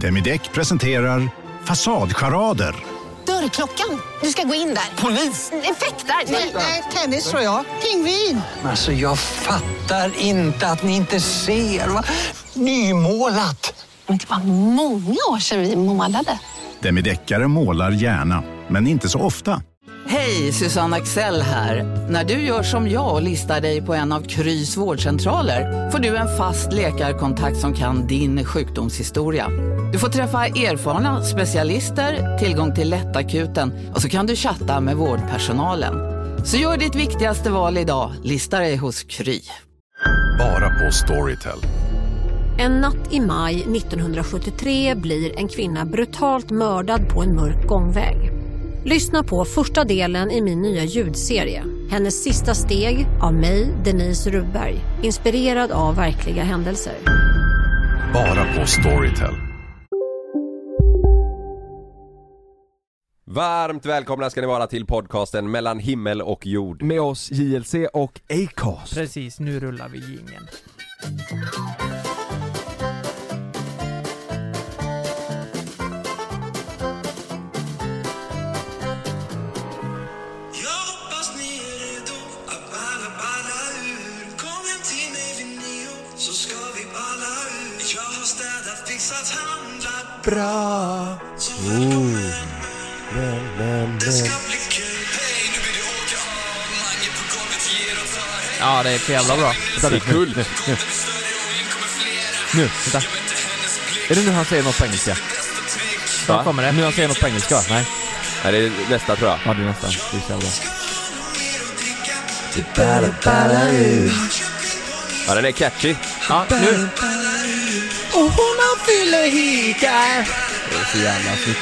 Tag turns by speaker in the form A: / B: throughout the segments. A: Demideck presenterar Fasadcharader.
B: Dörrklockan. Du ska gå in där. Polis? Effektar? Nej, nej, tennis tror jag. Pingvin.
C: Alltså jag fattar inte att ni inte ser. Va? Nymålat!
B: Men det var många år sedan vi målade.
A: Demideckare målar gärna, men inte så ofta.
D: Hej, Susanne Axel här. När du gör som jag och listar dig på en av Krys vårdcentraler får du en fast läkarkontakt som kan din sjukdomshistoria. Du får träffa erfarna specialister, tillgång till lättakuten och så kan du chatta med vårdpersonalen. Så gör ditt viktigaste val idag, listar dig hos Kry.
E: Bara på Storytel.
F: En natt i maj 1973 blir en kvinna brutalt mördad på en mörk gångväg. Lyssna på första delen i min nya ljudserie. Hennes sista steg av mig, Denise Rubberg. Inspirerad av verkliga händelser.
E: Bara på Storytel.
G: Varmt välkomna ska ni vara till podcasten mellan himmel och jord.
H: med oss JLC och Acast.
I: Precis, nu rullar vi jingeln. Ja, det är för jävla bra.
H: Vänta nu, nu, nu, nu. Nu, vänta. Är det nu han säger något på engelska?
I: Snart kommer det.
H: Nu han säger något på engelska va? Nej.
G: Här är nästa tror jag.
H: Ja, det är nästan. Det är så jävla...
G: Ja, den är catchy.
I: Ja,
H: Det
I: nu.
H: är så jävla snyggt.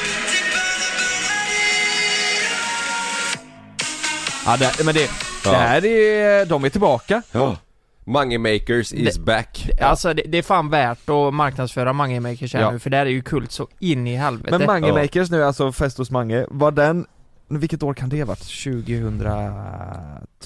H: Ja, det, men det, det här är... De är tillbaka.
G: Ja. Mange Makers is back.
I: Alltså det, det är fan värt att marknadsföra Mange Makers här
H: Ja.
I: nu, för det här är ju kult så in i helvete.
H: Men Mange
G: Ja.
H: Makers nu, alltså Fest hos Mange, var den... Vilket år kan det ha varit?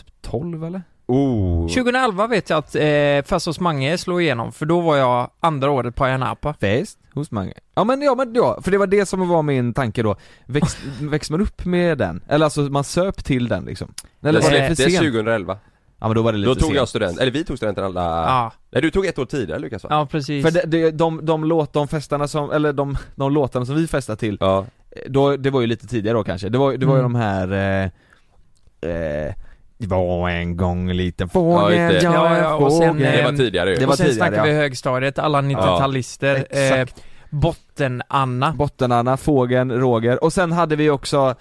H: 2012 eller?
G: Oh.
I: 2011 vet jag att eh, Fest hos Mange slog igenom, för då var jag andra året på Ayanapa.
H: Fest hos Mange. Ja men ja, men ja, för det var det som var min tanke då. Väx, växte man upp med den? Eller alltså man söp till den liksom? Eller
G: Det
H: var det för
G: släpptes
H: sent?
G: 2011.
H: Ja men då var det lite
G: Då tog
H: sent.
G: jag student, eller vi tog studenten alla...
I: Ja.
G: Nej du tog ett år tidigare Lukas va?
I: Ja, precis.
H: För de, de, de, de låt, de festarna som, eller de, de låtarna som vi festade till,
G: Ja.
H: då, det var ju lite tidigare då kanske. Det var, det var ju
I: Mm.
H: de här, eh, eh, det var en gång en liten fågel,
G: Ja, just det.
H: jag
I: Ja,
H: är
I: ja, och sen,
H: fågel.
G: Det
I: eh,
G: var tidigare ju.
H: eh, det var
I: det var och sen
H: tidigare,
I: snackar
H: ja.
I: vi högstadiet, alla 90-talister. eh,
H: Exakt.
I: Botten-Anna.
H: Bottenarna, fågeln, Roger, och sen hade vi också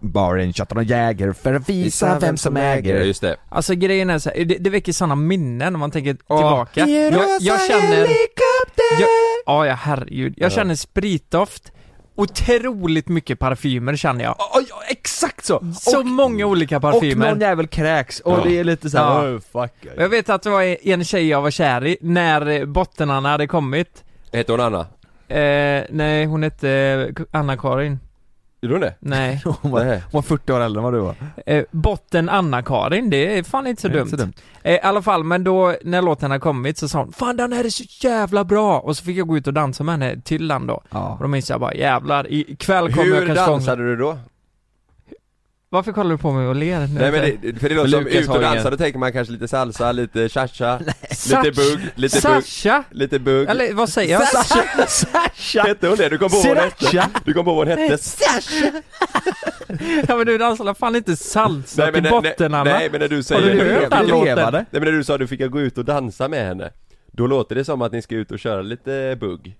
H: Baren, tjattar och jäger för att visa vem som
G: Ja,
H: äger
G: just det.
I: Alltså grejen är så här, det, det väcker sådana minnen om man tänker tillbaka.
H: Vi
I: Jag,
H: rosar
I: jag känner...
H: helikopter.
I: Jag, ja, ja, herregud. Jag känner spritdoft. Otroligt mycket parfymer känner jag.
H: Oj, oj, exakt så!
I: Så
H: och,
I: många olika
H: och
I: parfymer.
H: någon jävel kräks, och det är lite såhär,
I: Ja.
H: oh, fuck
I: Och jag vet att det var en tjej jag var kär i när eh, bottenarna hade kommit.
G: Hette hon Anna?
I: Eh, nej, hon hette eh, Anna-Karin.
G: Gjorde hon det?
I: Nej.
H: Hon var, hon
G: Nej.
H: var 40 år äldre än vad du var.
I: Eh, botten Anna-Karin, det är fan inte så dumt. Eh, I alla fall, men då när låten hade kommit så sa hon 'Fan den här är så jävla bra' och så fick jag gå ut och dansa med henne till den då.
H: Ja.
I: Och då minns jag bara jävlar, ikväll kommer jag
G: Hur
I: kanske stånga-
G: dansade du då?
I: Varför kollar du på mig och ler? nu?
G: Nej men det, för det låter som
H: Lukas
G: ut
H: har
G: och
H: ingen-
G: dansa, då tänker man kanske lite salsa, lite cha-cha,
I: Sasha-
G: lite bugg, lite bugg,
I: Sasha!
G: lite bugg
I: Eller vad säger jag? Sasha! Sasha!
G: Hette hon det? Du kom på vad hon hette? Du kom på vad hon hette?
I: ja men du dansar alla fan inte salsa till
G: när- när,
I: botten Anna?
G: nej men när du säger
I: Har du
G: nej
I: hört den
H: Vi
I: låten?
H: levade.
G: men när du sa att du fick gå ut och dansa med henne Då låter det som att ni ska ut och köra lite bugg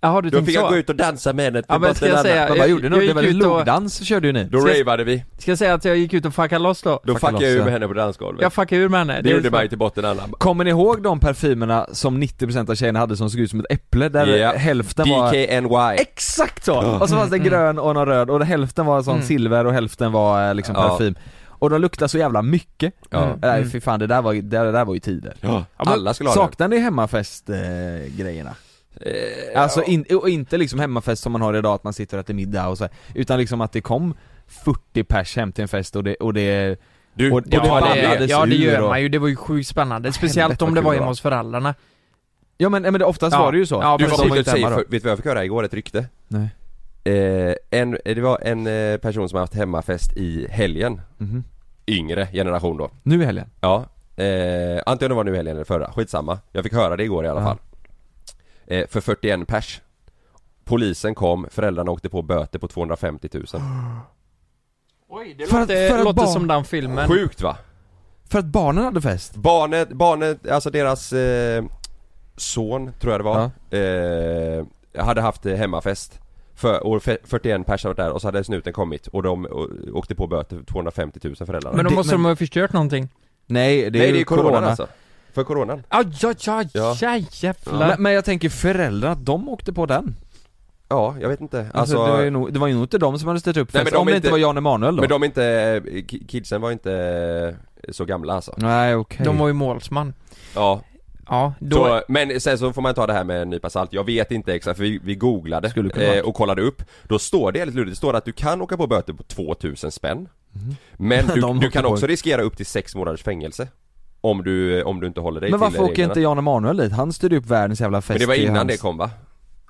I: Jaha du
G: Då
I: tänkte
G: fick jag gå
I: så?
G: ut och dansa med henne till
I: Ja, men ska
G: botten
I: jag
G: Anna.
I: säga-
H: Vad
I: jag-
H: gjorde
I: jag
H: ni? Det
I: gick
H: var väl
I: ut och-
H: logdans körde ju ni?
G: Då raveade vi,
I: Ska jag säga att jag gick ut och fuckade loss då?
G: då
H: Fuck
G: fuckade jag
H: loss,
G: ur
H: ja.
G: med henne på dansgolvet
I: Jag fuckade ur med henne.
G: Det
I: är
G: gjorde
I: fan-
G: man ju till botten Anna
H: Kommer ni ihåg de parfymerna som 90% av tjejerna hade som såg ut som ett äpple? Där
G: Ja.
H: hälften var...
G: DKNY
H: Exakt så! Och så fanns det grön och någon röd och hälften var sån
I: Mm.
H: silver och hälften var eh, liksom
G: Ja.
H: parfym. Och de luktar så jävla mycket.
G: Ja.
H: Mm. Nej fy fan, det där var, det där, var ju tider.
G: Ja,
H: men
G: alla skulle ha
H: Saknar ni hemmafest-grejerna? Eh, grejerna?
G: den Eh,
H: Alltså in, och inte liksom hemmafest som man har idag, att man sitter och äter middag och så här, Utan liksom att det kom 40 pers hem till en fest och det, och det
G: Du,
H: och- och
I: Ja,
H: det
I: det,
H: ballades
I: ja det
H: ur
I: gör
H: och-
I: man ju, det var ju sjukt spännande. Speciellt
H: helvete,
I: om
H: vad
I: det
H: kul
I: var
H: det
I: hemma
H: var.
I: hos föräldrarna.
H: Ja men, men det- oftast
I: Ja.
H: var det ju så. För
I: Ja, precis.
H: de var
G: Säg,
H: inte hemma då.
G: för, vet du vad jag fick höra igår? Ett rykte?
H: Nej.
G: Eh, en, det var en eh, person som haft hemmafest i helgen
H: Mhm.
G: Yngre generation då
H: Nu i helgen.
G: Ja eh, Antingen det var nu i helgen eller förra, skitsamma Jag fick höra det igår i alla
H: Ja.
G: fall eh, För 41 pers Polisen kom, föräldrarna åkte på böter på 250 000
I: Oj, det
H: För att-
I: låter,
H: för att
I: låter
H: barn-
I: som den filmen.
G: Sjukt va?
H: För att barnen hade fest?
G: Barnet, barnet, alltså deras eh, son tror jag det var eh, Hade haft eh, hemmafest för, och fe- 41 personer där och så hade snuten kommit och de och, åkte på böter för 250 000 föräldrarna
I: Men då
H: Det-
I: måste
H: men-
I: de ha förstört någonting.
H: Nej, det är
G: Nej
H: ju
G: det är corona,
H: corona.
G: alltså För coronan
I: Aj, aj, aj,
G: Ja.
I: aj, jävlar.
H: Men, men jag tänker föräldrarna, att de åkte på den.
G: Ja, jag vet inte
H: Alltså,
G: alltså,
H: det, var ju nog, det var ju nog inte de som hade ställt upp
G: Nej, men
H: fest,
G: de
H: om det
G: är
H: inte
G: inte-
H: var Jan Emanuel då.
G: Men de är inte, eh, ki- kidsen var inte eh, så gamla alltså
H: Nej okej.
I: De var ju målsman.
G: Ja,
I: Ja, då...
G: så, men sen så får man ta det här med en nypa salt Jag vet inte exakt för vi, vi googlade
H: Skulle kunna
G: eh,
H: varit.
G: och kollade upp Då står det, helt lurigt, det står att du kan åka på böter på 2000 spänn Men
H: De
G: du, du
H: åker
G: kan
H: på-
G: också riskera upp till 6 månaders fängelse Om du, om du inte håller dig
H: men
G: till
H: varför åker
G: reglerna.
H: inte Jan Emanuel dit? Han styrde upp världens jävla fest
G: Men det var
H: i
G: innan
H: hans-
G: det kom va?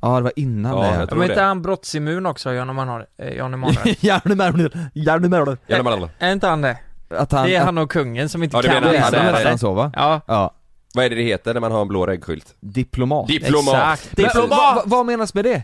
H: Ja det var innan
G: Ja, jag
H: det.
G: tror-
I: Men
G: det.
I: inte han brottsimmun också, Jan Emanuel? eh, Jan Emanuel?
H: Jan Emanuel, Jan Emanuel.
G: Jävlar, blablabla.
I: är inte han det?
H: Att han...
I: Det är
H: att-
I: han och kungen som inte
G: Ja, du
I: kan
G: menar
H: det är
G: han
H: han
G: är-
H: nästan så va?
I: Ja,
H: Ja.
G: Vad är det det heter när man har en blå reggskylt?
H: Diplomat.
G: Diplomat!
I: exakt.
H: Men, vad-
I: Diplomat!
H: vad- vad menas med det?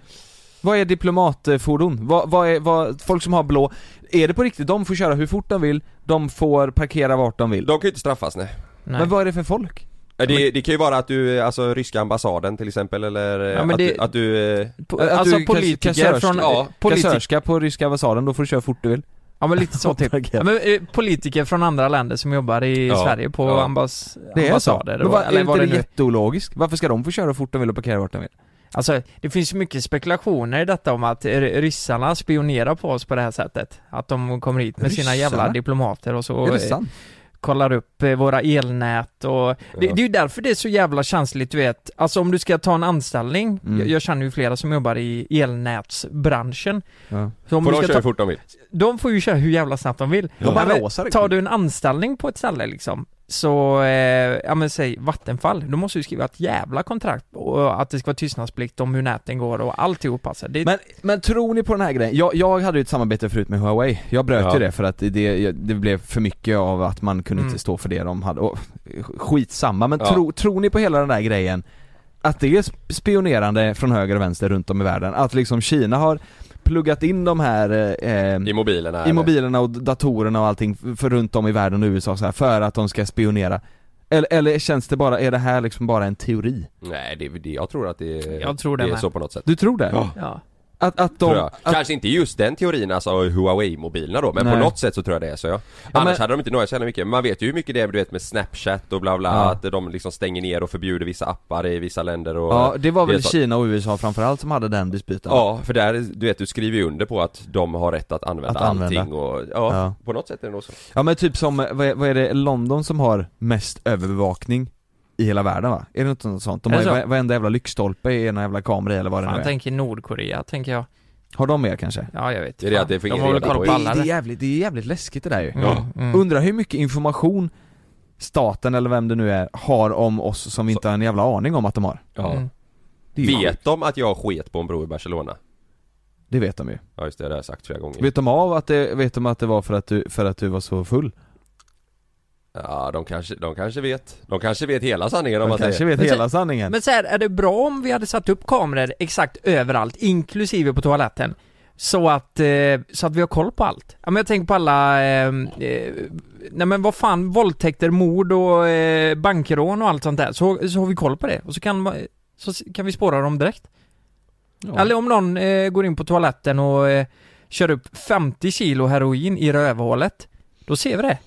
H: Vad är diplomatfordon? Vad, vad är, vad, folk som har blå, är det på riktigt? De får köra hur fort de vill, de får parkera vart de vill.
G: De kan ju inte straffas nej
I: Nej.
H: Men vad är det för folk?
G: Ja, Det, det kan ju vara att du, alltså ryska ambassaden till exempel eller eh,
I: Ja, men
G: att,
I: det-
G: du, att du, eh,
I: Po-
H: Att
I: alltså
H: du
I: politiker
H: kassörska-
I: från...
H: ja,
I: Ja, politi-
H: kassörska på ryska ambassaden, då får du köra fort du vill.
I: ja men lite så typ. Ja, men, eh, politiker från andra länder som jobbar i
G: Ja,
I: Sverige på
G: ja.
I: ambass-
H: Det är så?
I: ambassader.
H: Men vad,
I: och-
H: är
I: Eller
H: inte
I: vad
H: det,
I: det nu
H: jätteologiskt? Varför ska de få köra hur fort de vill och parkera vart de vill?
I: Alltså, det finns ju mycket spekulationer i detta om att r- ryssarna spionerar på oss på det här sättet. Att de kommer hit med sina
H: Ryssarna?
I: jävla diplomater och så
H: är det
I: eh,
H: sant?
I: kollar upp eh, våra elnät och... Det, det är ju därför det är så jävla känsligt, du vet. Alltså om du ska ta en anställning,
H: Mm.
I: jag, jag känner ju flera som jobbar i elnätsbranschen.
H: Ja.
I: Så om
G: får
I: du
G: de
I: ska
G: köra
I: ta,
G: hur fort de vill?
I: de får ju köra hur jävla snabbt de vill.
H: De bara
I: men
H: låser det.
I: tar du en anställning på ett ställe liksom, så, eh, ja men säg Vattenfall, då måste du skriva ett jävla kontrakt och att det ska vara tystnadsplikt om hur näten går och alltihop alltså. Det,
H: Men, men tror ni på den här grejen? Jag, jag hade ju ett samarbete förut med Huawei, jag bröt
G: Ja.
H: ju det för att det, det blev för mycket av att man kunde
I: Mm.
H: inte stå för det de hade, och, skitsamma, men
G: Ja.
H: tro, tror ni på hela den där grejen? Att det är sp- spionerande från höger och vänster runt om i världen, att liksom Kina har pluggat in de här eh, eh,
G: I mobilerna?
H: i
G: eller?
H: mobilerna och datorerna och allting f- för runt om i världen och USA så här, för att de ska spionera? Eller, eller känns det bara, är det här liksom bara en teori?
G: Nej, det, det, jag tror att det,
I: Jag tror det
G: det är
I: med.
G: så på något sätt.
H: Du tror det?
G: Ja.
I: ja.
H: Att, att de...
G: tror jag.
H: Att,
G: Kanske inte just den teorin, alltså Huawei-mobilerna då, men
H: Nej.
G: på något sätt så tror jag det är så ja. Annars
H: men-
G: hade de inte nöjt sig så jävla mycket, men man vet ju hur mycket det är du vet med Snapchat och bla bla,
H: Ja.
G: att de liksom stänger ner och förbjuder vissa appar i vissa länder och...
H: ja, det var väl
G: så-
H: Kina och USA framförallt som hade den dispyten?
G: Ja, för där, du vet, du skriver ju under på att de har rätt att använda,
H: Att använda.
G: allting och, ja,
H: Ja.
G: på något sätt är det nog så.
H: Ja men typ som, vad är, vad är det, London som har mest övervakning i hela världen va? Är det inte något sånt? De
I: Är
H: har
I: det
H: ju
I: så?
H: va- varenda jävla lyktstolpe i ena jävla kamera eller vad det
I: Fan,
H: nu är.
I: tänker Nordkorea, tänker jag.
H: Har de mer kanske?
I: Ja, jag vet.
G: Det är det
I: Fan,
G: att det får
I: De
G: ingen
I: har väl
G: reda
I: koll
G: på
I: på
G: det.
I: alla
H: det, är
I: det.
H: jävligt, det är jävligt läskigt det där ju.
I: Ja. Mm.
H: Undrar hur mycket information staten eller vem det nu är har om oss som vi inte har en jävla aning om att de har.
G: Ja.
I: Mm.
H: Det, är ju sjukt.
G: Vet de att jag sket på en bro i Barcelona?
H: det vet de ju.
G: Ja just det, det har jag sagt flera gånger.
H: Vet de av att det, vet de att det var för att du, för att du var så full?
G: Ja, de kanske, de kanske vet. De kanske vet hela sanningen om
H: De
G: man säger.
H: kanske vet
I: Men sen-
H: hela sanningen.
I: Men så här, är det bra om vi hade satt upp kameror exakt överallt, inklusive på toaletten? Så att, eh, så att vi har koll på allt. Ja men jag tänker på alla, eh, eh, nej men vad fan, våldtäkter, mord och eh, bankrån och allt sånt där. Så, så har vi koll på det. Och så kan, man- så s- kan vi spåra dem direkt.
H: Ja.
I: Eller om någon eh, går in på toaletten och eh, kör upp 50 kilo heroin i rövhålet. Då ser vi det.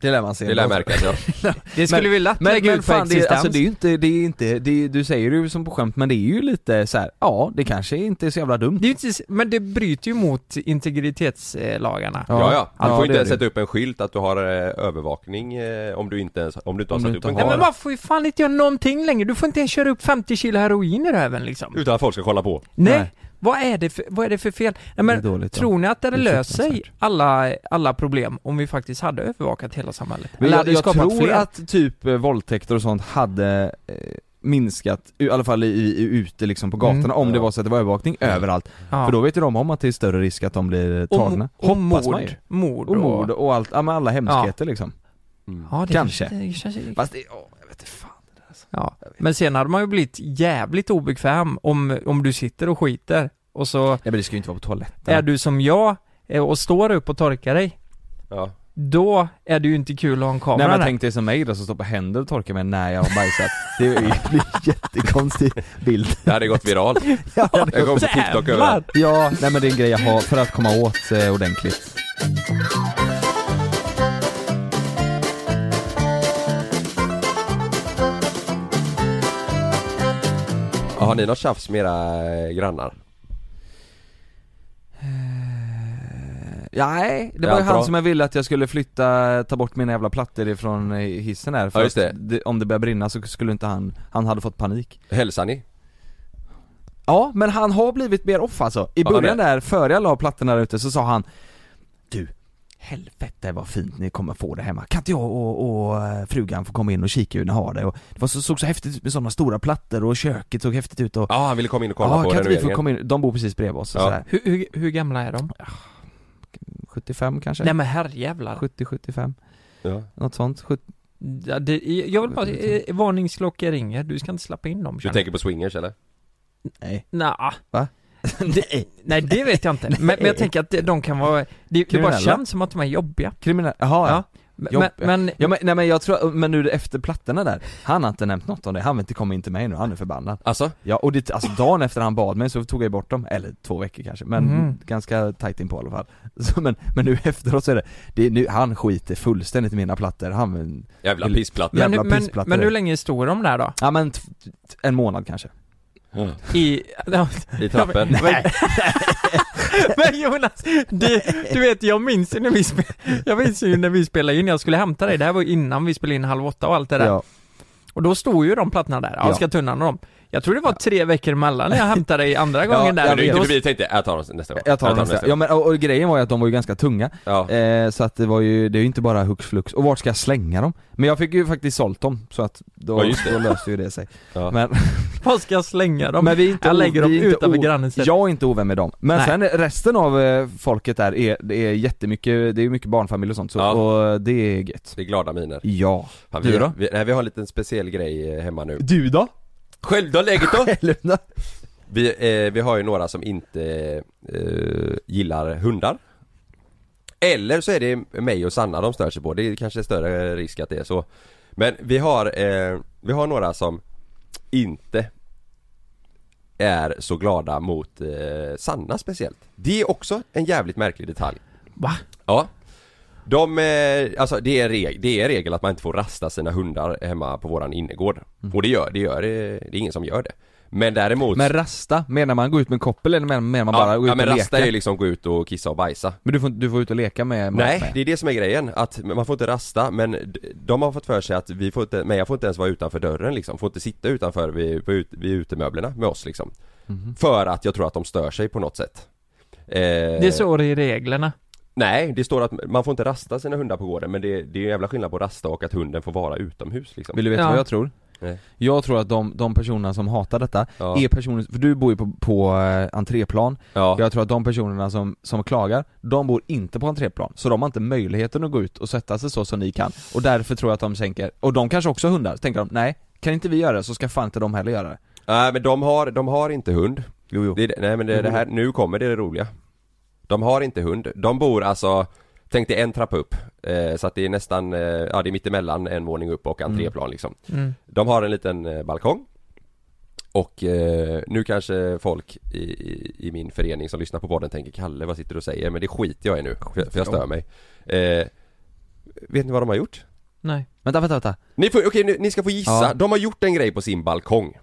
H: det lär man se.
G: Det lär märkas ja.
I: Det skulle vi lätt
H: Men,
I: lägga
H: men
I: ut på
H: fan, det, är-
I: existens.
H: alltså det är ju inte, det är inte, det är, du säger det ju som på skämt men det är ju lite så här, ja det kanske inte är så jävla dumt.
I: Det är ju inte, s- men det bryter ju mot integritetslagarna.
G: Ja, ja. Du får inte
H: det är
G: ens
H: det.
G: sätta upp en skylt att du har eh, övervakning eh, om du inte ens, om du inte har
H: Om
G: satt
H: du
G: upp
H: inte
G: en
I: Nej
H: har
G: kamera.
I: men man får ju fan inte göra någonting längre, du får inte ens köra upp 50 kilo heroin i röven liksom.
G: Utan att folk ska kolla på.
I: Nej.
H: Nej.
I: Vad, är det för, vad är det för fel? Nej
H: Det är
I: men,
H: dåligt, ja.
I: tror ni att det hade
H: Det är
I: löst sig
H: fruktansvärt.
I: alla, alla problem om vi faktiskt hade övervakat hela samhället?
H: Men
I: Eller
H: jag,
I: hade det
H: jag
I: skapat
H: tror
I: fler?
H: att typ eh, våldtäkter och sånt hade eh, minskat, i alla fall i, i, ute liksom på gatorna,
I: Mm.
H: om det var så att det var övervakning överallt.
I: Ja.
H: För då vet ju de om att det är större risk att de blir
I: och,
H: tagna.
I: och, och
H: Hoppas man ju.
I: mord. Mord
H: Och mord och allt, ja men alla hemskheter liksom.
I: Ja, det
H: Kanske.
I: Det känns, det känns,
H: Fast det, åh, jag vet inte fan.
I: ja. Men sen hade man ju blivit jävligt obekväm om, om du sitter och skiter och så
H: Ja men det ska ju inte vara på toaletten.
I: är du som jag eh, och står upp och torkar dig.
G: Ja.
I: Då är det ju inte kul att ha en kamera
H: Nej men
I: där.
H: tänk dig som mig då som står på händer och torkar mig när jag har bajsat. Det är ju en jättekonstig bild.
G: Det hade gått viralt.
H: Ja, det
G: Jag kommer på TikTok överallt.
H: Ja, nej men det är en grej jag har för att komma åt eh, ordentligt.
G: Ja, Har ni något tjafs med era eh, grannar?
H: Nej, det
G: Ja,
H: var ju
G: bra.
H: han som jag ville att jag skulle flytta, ta bort mina jävla plattor ifrån eh, hissen där. För
G: Ja, just
H: att
G: det.
H: om det börjar brinna så skulle inte han, han hade fått panik.
G: Hälsar ni?
H: Ja, men han har blivit mer off alltså. I
G: Ja, han
H: början
G: är.
H: där, före jag la plattorna där ute så sa han Du, helvete vad fint ni kommer få det hemma. Kan inte jag och, och eh, frugan få komma in och kika hur ni har det? Och det var så, såg så häftigt ut med sådana stora plattor och köket såg häftigt ut och
G: Ja, han ville komma in och kolla
H: Ja,
G: på
H: kan inte vi
G: renoveringen.
H: få komma in? De bor precis bredvid oss och
G: Ja.
H: sådär.
I: Hur, hur, hur gamla är de?
H: 75 kanske?
I: Nej men herrejävlar.
H: 70-75,
G: Ja.
H: något sånt. 70.
I: Ja, det, jag vill bara, eh, varningsklocka ringer, du ska inte släppa in dem
G: Du tänker på swingers eller?
H: Nej.
I: Nja.
H: Va?
I: Det, nej det vet jag inte, men, men jag tänker att det- de kan vara, det, det bara
H: Kriminella?
I: känns som att de är jobbiga
H: Kriminell, jaha ja.
I: Ja, Men,
H: Jobbiga.
I: men
H: Ja men, nej, men jag tror, men nu efter plattorna där, han har inte nämnt något om det, han vill inte komma in till mig nu, han är förbannad.
G: Alltså?
H: Ja och det, alltså dagen efter han bad mig så tog jag bort dem, eller två veckor kanske, men
I: Mhm.
H: ganska tight in på i alla fall. Så, men, men nu efteråt så är det, det är nu, han skiter fullständigt i mina plattor, han,
G: Jävla
H: Vill-
G: pissplatta.
I: men,
H: jävla
I: men,
H: pissplattor.
I: men hur länge står de där då?
H: ja men t- t- en månad kanske.
I: I, ja,
G: I trappen.
I: men, men Jonas, du, du vet jag minns ju när vi spelade, jag minns ju när vi spelade in, jag skulle hämta dig, det här var ju innan vi spelade in Halv åtta och allt det där
H: Ja.
I: Och då stod ju de plattorna där, ja,
H: Ja.
I: ska tunnan och dem Jag tror det var tre veckor emellan när jag hämtade dig andra gången
H: jag
I: där
G: Men du,
H: vet.
I: Då-
G: du, du tänkte, jag tar dem nästa gång.
H: Jag tar dem nästa. Ja men och, och grejen var ju att de var ju ganska tunga,
G: Ja.
H: Eh, så att det var ju, det är ju inte bara hux flux. Och vart ska jag slänga dem? Men jag fick ju faktiskt sålt dem, så att då,
G: Ja, just det.
H: då löste ju det sig.
G: Ja.
H: Men,
I: Vad ska jag slänga dem?
H: men vi är inte
I: jag
H: o-
I: lägger
H: vi
I: dem
H: är inte
I: utanför
H: o-
I: grannens hus.
H: Jag är inte ovän med dem. Men
I: Nej.
H: sen är- resten av eh, folket där är, det är jättemycket, det är mycket barnfamilj och sånt så,
G: Ja.
H: och det är gött.
G: Det är glada miner.
H: Ja.
G: Fan,
H: Du
G: vi,
H: då?
G: Vi, nej, vi har en liten speciell grej eh, hemma nu.
H: Du då?
G: Själv då, läget då?
H: Luna?
G: Vi, eh, vi har ju några som inte eh, gillar hundar. Eller så är det mig och Sanna de stör sig på. Det är kanske större risk att det är så. Men vi har, eh, vi har några som inte är så glada mot eh, Sanna speciellt. Det är också en jävligt märklig detalj.
I: Va?
G: Ja. De, eh, alltså det är, reg- det är regel att man inte får rasta sina hundar hemma på våran innergård. Och det gör, det gör, eh, det, det är ingen som gör det. Men däremot
H: Mm. Men rasta, menar man gå ut med en koppel eller menar menar man bara
G: Alltså. ja,
H: gå ut
G: ja, men
H: och
G: rasta
H: leka?
G: är ju liksom gå ut och kissa och bajsa.
H: Men du får, du får ut och leka med
G: Nej,
H: med.
G: det är det som är grejen. Att man får inte rasta, men d- de har fått för sig att vi får inte, men jag får inte ens vara utanför dörren liksom. Får inte sitta utanför vid, på ut, vid utemöblerna med oss liksom. För att jag tror att de stör sig på något sätt. Eh,
I: Det står i reglerna.
G: Nej, det står att man får inte rasta sina hundar på gården men det, det är en jävla skillnad på rasta och att hunden får vara utomhus liksom.
H: Vill du veta
I: Ja.
H: vad jag tror?
G: Nej.
H: Jag tror att de, de personerna som hatar detta
G: Ja.
H: är personer, för du bor ju på, på eh, entréplan
G: Ja.
H: Jag tror att de personerna som, som klagar, de bor inte på entréplan, så de har inte möjligheten att gå ut och sätta sig så som ni kan Och därför tror jag att de tänker, och de kanske också har hundar, så tänker de nej, kan inte vi göra det så ska fan inte de heller göra det
G: Nej men de har, de har inte hund.
H: Jo, jo.
G: Det, är det- nej men det, är det här, nu kommer det, det roliga. De har inte hund. De bor alltså, tänk dig en trappa upp. Eh, så att det är nästan, eh, ja det är mittemellan en våning upp och entréplan
H: Mm.
G: liksom. De har en liten eh, balkong. Och eh, nu kanske folk i, i, i min förening som lyssnar på podden tänker Kalle vad sitter du och säger? Men det skiter jag i nu, för, för jag stör mig. Eh, vet ni vad de har gjort?
I: Nej.
H: Vänta, vänta, vänta
G: Ni, får, okej, ni, ni ska få gissa,
H: Ja.
G: de har gjort en grej på sin balkong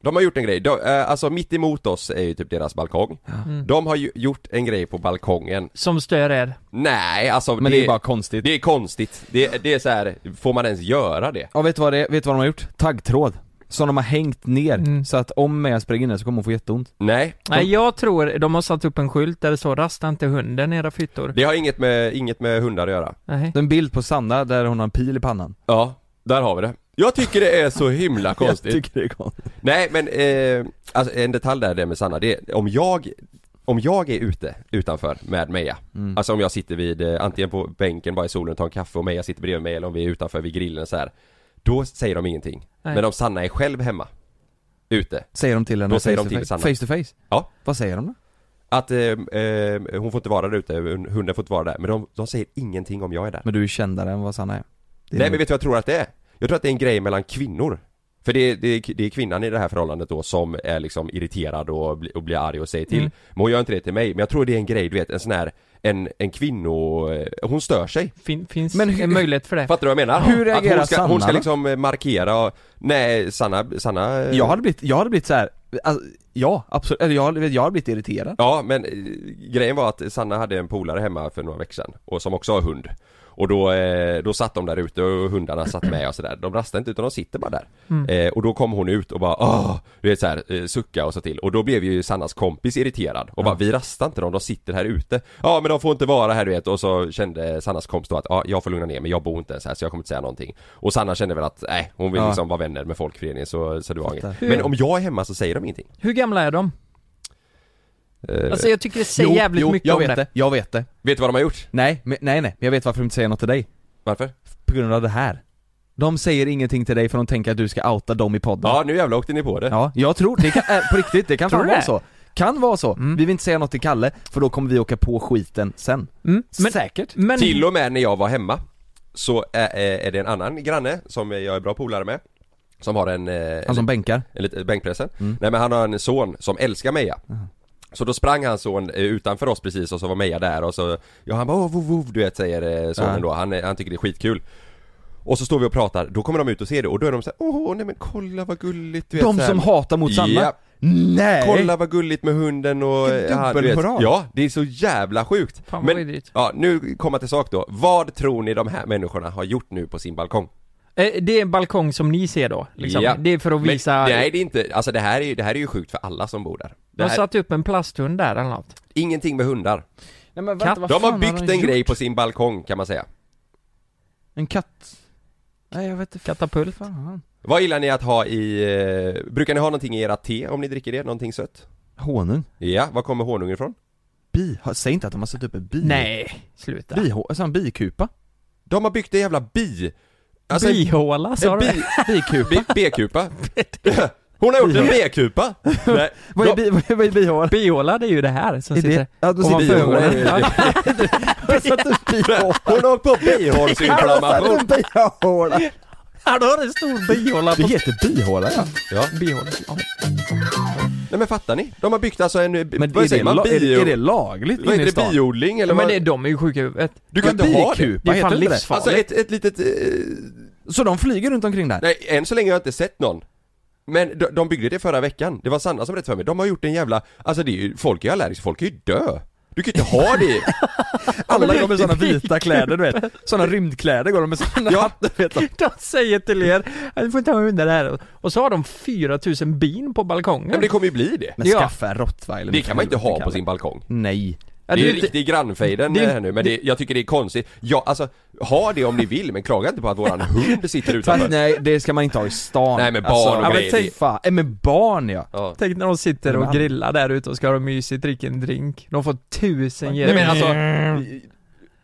G: De har gjort en grej, de, eh, alltså mitt emot oss är ju typ deras balkong De har ju gjort en grej på balkongen
I: Som stör er.
G: Nej alltså
H: Men det, är bara konstigt
G: det är konstigt, det, det är så här, får man ens göra det?
H: Ja vet du vad det är? Vet du vad de har gjort? Taggtråd Som de har hängt ner,
I: Mm.
H: så att om Meja springer in där så kommer hon få jätteont
G: Nej,
I: Nej, jag tror de har satt upp en skylt där det står 'Rasta inte hunden, era fyttor'
G: det har inget med, inget med hundar att göra
I: Nej.
H: Det är en bild på Sanna där hon har en pil i pannan
G: Ja, där har vi det Jag tycker det är så himla
H: Jag
G: konstigt.
H: tycker det är konstigt.
G: Nej men, eh, alltså en detalj där det med Sanna, det är, om jag om jag är ute utanför med Meja,
H: Mm.
G: alltså om jag sitter vid, eh, antingen på bänken bara i solen och tar en kaffe och Meja sitter bredvid mig eller om vi är utanför vid grillen så här. Då säger de ingenting.
I: Nej.
G: Men om Sanna är själv hemma, ute,
H: Säger de till henne
G: Då säger
H: face
G: de till
H: to face?
G: Sanna.
H: Face to face?
G: Ja.
H: Vad säger de då?
G: att eh, eh, hon får inte vara där ute, hunden får inte vara där, men de, de säger ingenting om jag är där.
H: Men du är kändare än vad Sanna är. Det är
G: Nej men vet du vad jag tror att det är? Jag tror att det är en grej mellan kvinnor För det är, det är, det är kvinnan i det här förhållandet då som är liksom irriterad och, bli, och blir arg och säger till
H: Mm.
G: Men hon gör inte det till mig, men jag tror det är en grej du vet, en sån här En, en kvinno... eh, Hon stör sig
I: Fin, finns
H: Men hur-
I: en möjlighet för det?
G: Fattar du vad jag menar?
H: Hur reagerar
G: att hon ska, Hon ska
H: Sanna då?
G: liksom eh, markera och, Nej, Sanna, Sanna eh,
H: Jag hade blivit, jag hade blivit så här. Alltså, ja absolut, eller jag, hade- jag hade blivit irriterad.
G: Ja men eh, grejen var att Sanna hade en polare hemma för några veckor sedan och som också har hund Och då, eh, då satt de där ute och hundarna satt med och sådär De rastar inte utan de sitter bara där
H: Mm.
G: eh, Och då kom hon ut och bara åh Du vet såhär, eh, sucka och så till Och då blev ju Sannas kompis irriterad och bara vi rastar inte dem, de sitter här ute Ja men de får inte vara här du vet och så kände Sannas kompis då att ja jag får lugna ner mig, jag bor inte ens här så jag kommer inte säga någonting Och Sanna kände väl att nej hon vill
H: Ja.
G: liksom vara vänner med folkföreningen så, så det var inget
H: Fattar.
G: Men om jag är hemma så säger de ingenting
I: Hur gamla är de?
G: eh,
I: Alltså jag tycker det säger
H: Jo,
I: jävligt
H: jo,
I: mycket
H: jag
I: om
H: vet
I: det.
H: det. Jag vet det.
G: Vet du vad de har gjort?
H: Nej, men, nej nej, jag vet varför de inte säger något till dig.
G: Varför?
H: På grund av det här. De säger ingenting till dig för de tänker att du ska outa dem i podden.
G: Ja, nu jävlar åkte ni på det.
H: Ja, jag tror, det kan, äh, på riktigt, det kan
I: Tror
H: fan
I: du
H: vara
I: det?
H: så. Kan vara så.
I: Mm.
H: Vi vill inte säga något till Kalle, för då kommer vi åka på skiten sen.
I: Mm. Men,
H: Säkert.
I: men,
G: Till och med när jag var hemma så är, är det en annan granne som jag är bra polare med som har en, eh,
H: Han Mm. som bänkar.
G: en liten bänkpressen. Nej men han har en son som älskar Meja.
H: Mm.
G: Så då sprang hans son eh, utanför oss precis och så var Meja där och så Ja han bara "Åh, vov, vov, du vet säger eh, sonen
H: Ja.
G: då, han, eh, han tycker det är skitkul Och så står vi och pratar, då kommer de ut och ser det och då är de såhär Åh nej men kolla vad gulligt du vet
H: De
G: så här.
H: som hatar mot Sanna?
G: Ja.
H: Nej!
G: Kolla vad gulligt med hunden och...
H: Vilken
G: ja, du vet.
H: dubbelmoral.
G: Ja, det är så jävla sjukt!
I: Fan, vad vidrigt.
G: ja, nu kommer till sak då. Vad tror ni de här människorna har gjort nu på sin balkong?
I: eh, det är en balkong som ni ser då? Liksom.
G: Ja.
I: Det är för att visa...
G: Men, nej det är inte, alltså det här är, ju- det här är ju sjukt för alla som bor där. Det
I: de
G: här,
I: satte upp en plasthund där eller något.
G: Ingenting med hundar.
H: Nej, men
I: Katt.
H: vad
G: De har
H: fan
G: byggt
H: de
G: en
H: gjort?
G: grej på sin balkong kan man säga.
H: En katt? Nej jag vet inte.
I: Katapult.
H: Fan.
G: Vad gillar ni att ha i, eh, brukar ni ha någonting i era te om ni dricker det? Någonting sött?
H: Honung?
G: Ja, var kommer honungen ifrån?
H: Bi? Ha- Säg inte att de har satt upp en bi.
I: Nej, sluta.
H: Bihå, alltså en bikupa?
G: De har byggt en jävla bi... Alltså,
I: Bihåla sa
G: en
I: du?
G: bi...
H: Bikupa?
G: bi- B-kupa. Hon har gjort en B-kupa! Nej,
H: vad,
G: de-
H: är bi, vad, är, vad är bihåla?
I: Bihåla det är ju det här som
H: Är
I: sitter
H: det? Ja, då
I: ovanför
H: sitter
G: bihåla.
I: ögonen. Ja,
H: De har satt upp bihåla.
G: Hon har åkt på
H: De har satt
G: bihåleinflammation!
H: upp bihåla.
I: Här har du en stor bihåla
H: Det
I: på
H: heter bihåla ja.
G: Ja.
I: bihåla. Ja.
G: Nej men fattar ni? De har byggt alltså en,
H: Men
G: vad
H: är
G: säger
H: det,
G: man?
H: la, är, det-
G: Bio...
H: är det lagligt
G: vad
H: inne i
G: heter det?
H: stan?
G: Biodling eller
I: Ja, men
G: vad?
I: det, de är ju sjuka i huvudet.
G: Du kan
H: Men
G: inte ha det!
H: bikupa,
I: Det är
H: heter
I: fan
H: inte det?
I: livsfarligt.
G: Alltså ett, ett litet... Eh...
H: Så de flyger runt omkring där?
G: Nej, än så länge har jag inte sett någon. Men de, de byggde det förra veckan, det var Sanna som berättade för mig. De har gjort en jävla, alltså det är ju, folk är ju allergiska, folk är ju dö. Du kan ju inte ha det!
H: Alla går med sådana
I: Det är
H: vita kläder du vet, sådana rymdkläder går de med sådana
G: Ja.
H: hattar vet du.
I: De säger till er att ni får inte ha hundar här. Och så har de 4000 bin på balkongen.
G: Men det kommer ju bli det.
H: Men
I: Ja.
H: skaffa en rottweiler
G: Det kan man inte ha på
H: Kalle.
G: sin balkong.
H: Nej.
I: Ja,
G: det är
I: det
G: ju
I: är inte-
G: riktig grannfejden
I: det är-
G: här nu, men det, jag tycker det är konstigt. Ja, alltså, ha det om ni vill, men klaga inte på att våran hund sitter utanför.
H: Nej det ska man inte ha i stan. Alltså,
G: Nej, men barn och
H: ja, men
G: grejer,
H: tänk
G: det-
H: fan, nej men barn ja.
G: äh, Ja.
I: Tänk när de sitter
H: Men
I: och
H: han-
I: grillar där ute och ska ha det mysigt, dricka en drink. De får tusen
G: Nej men
I: getingar.
G: alltså,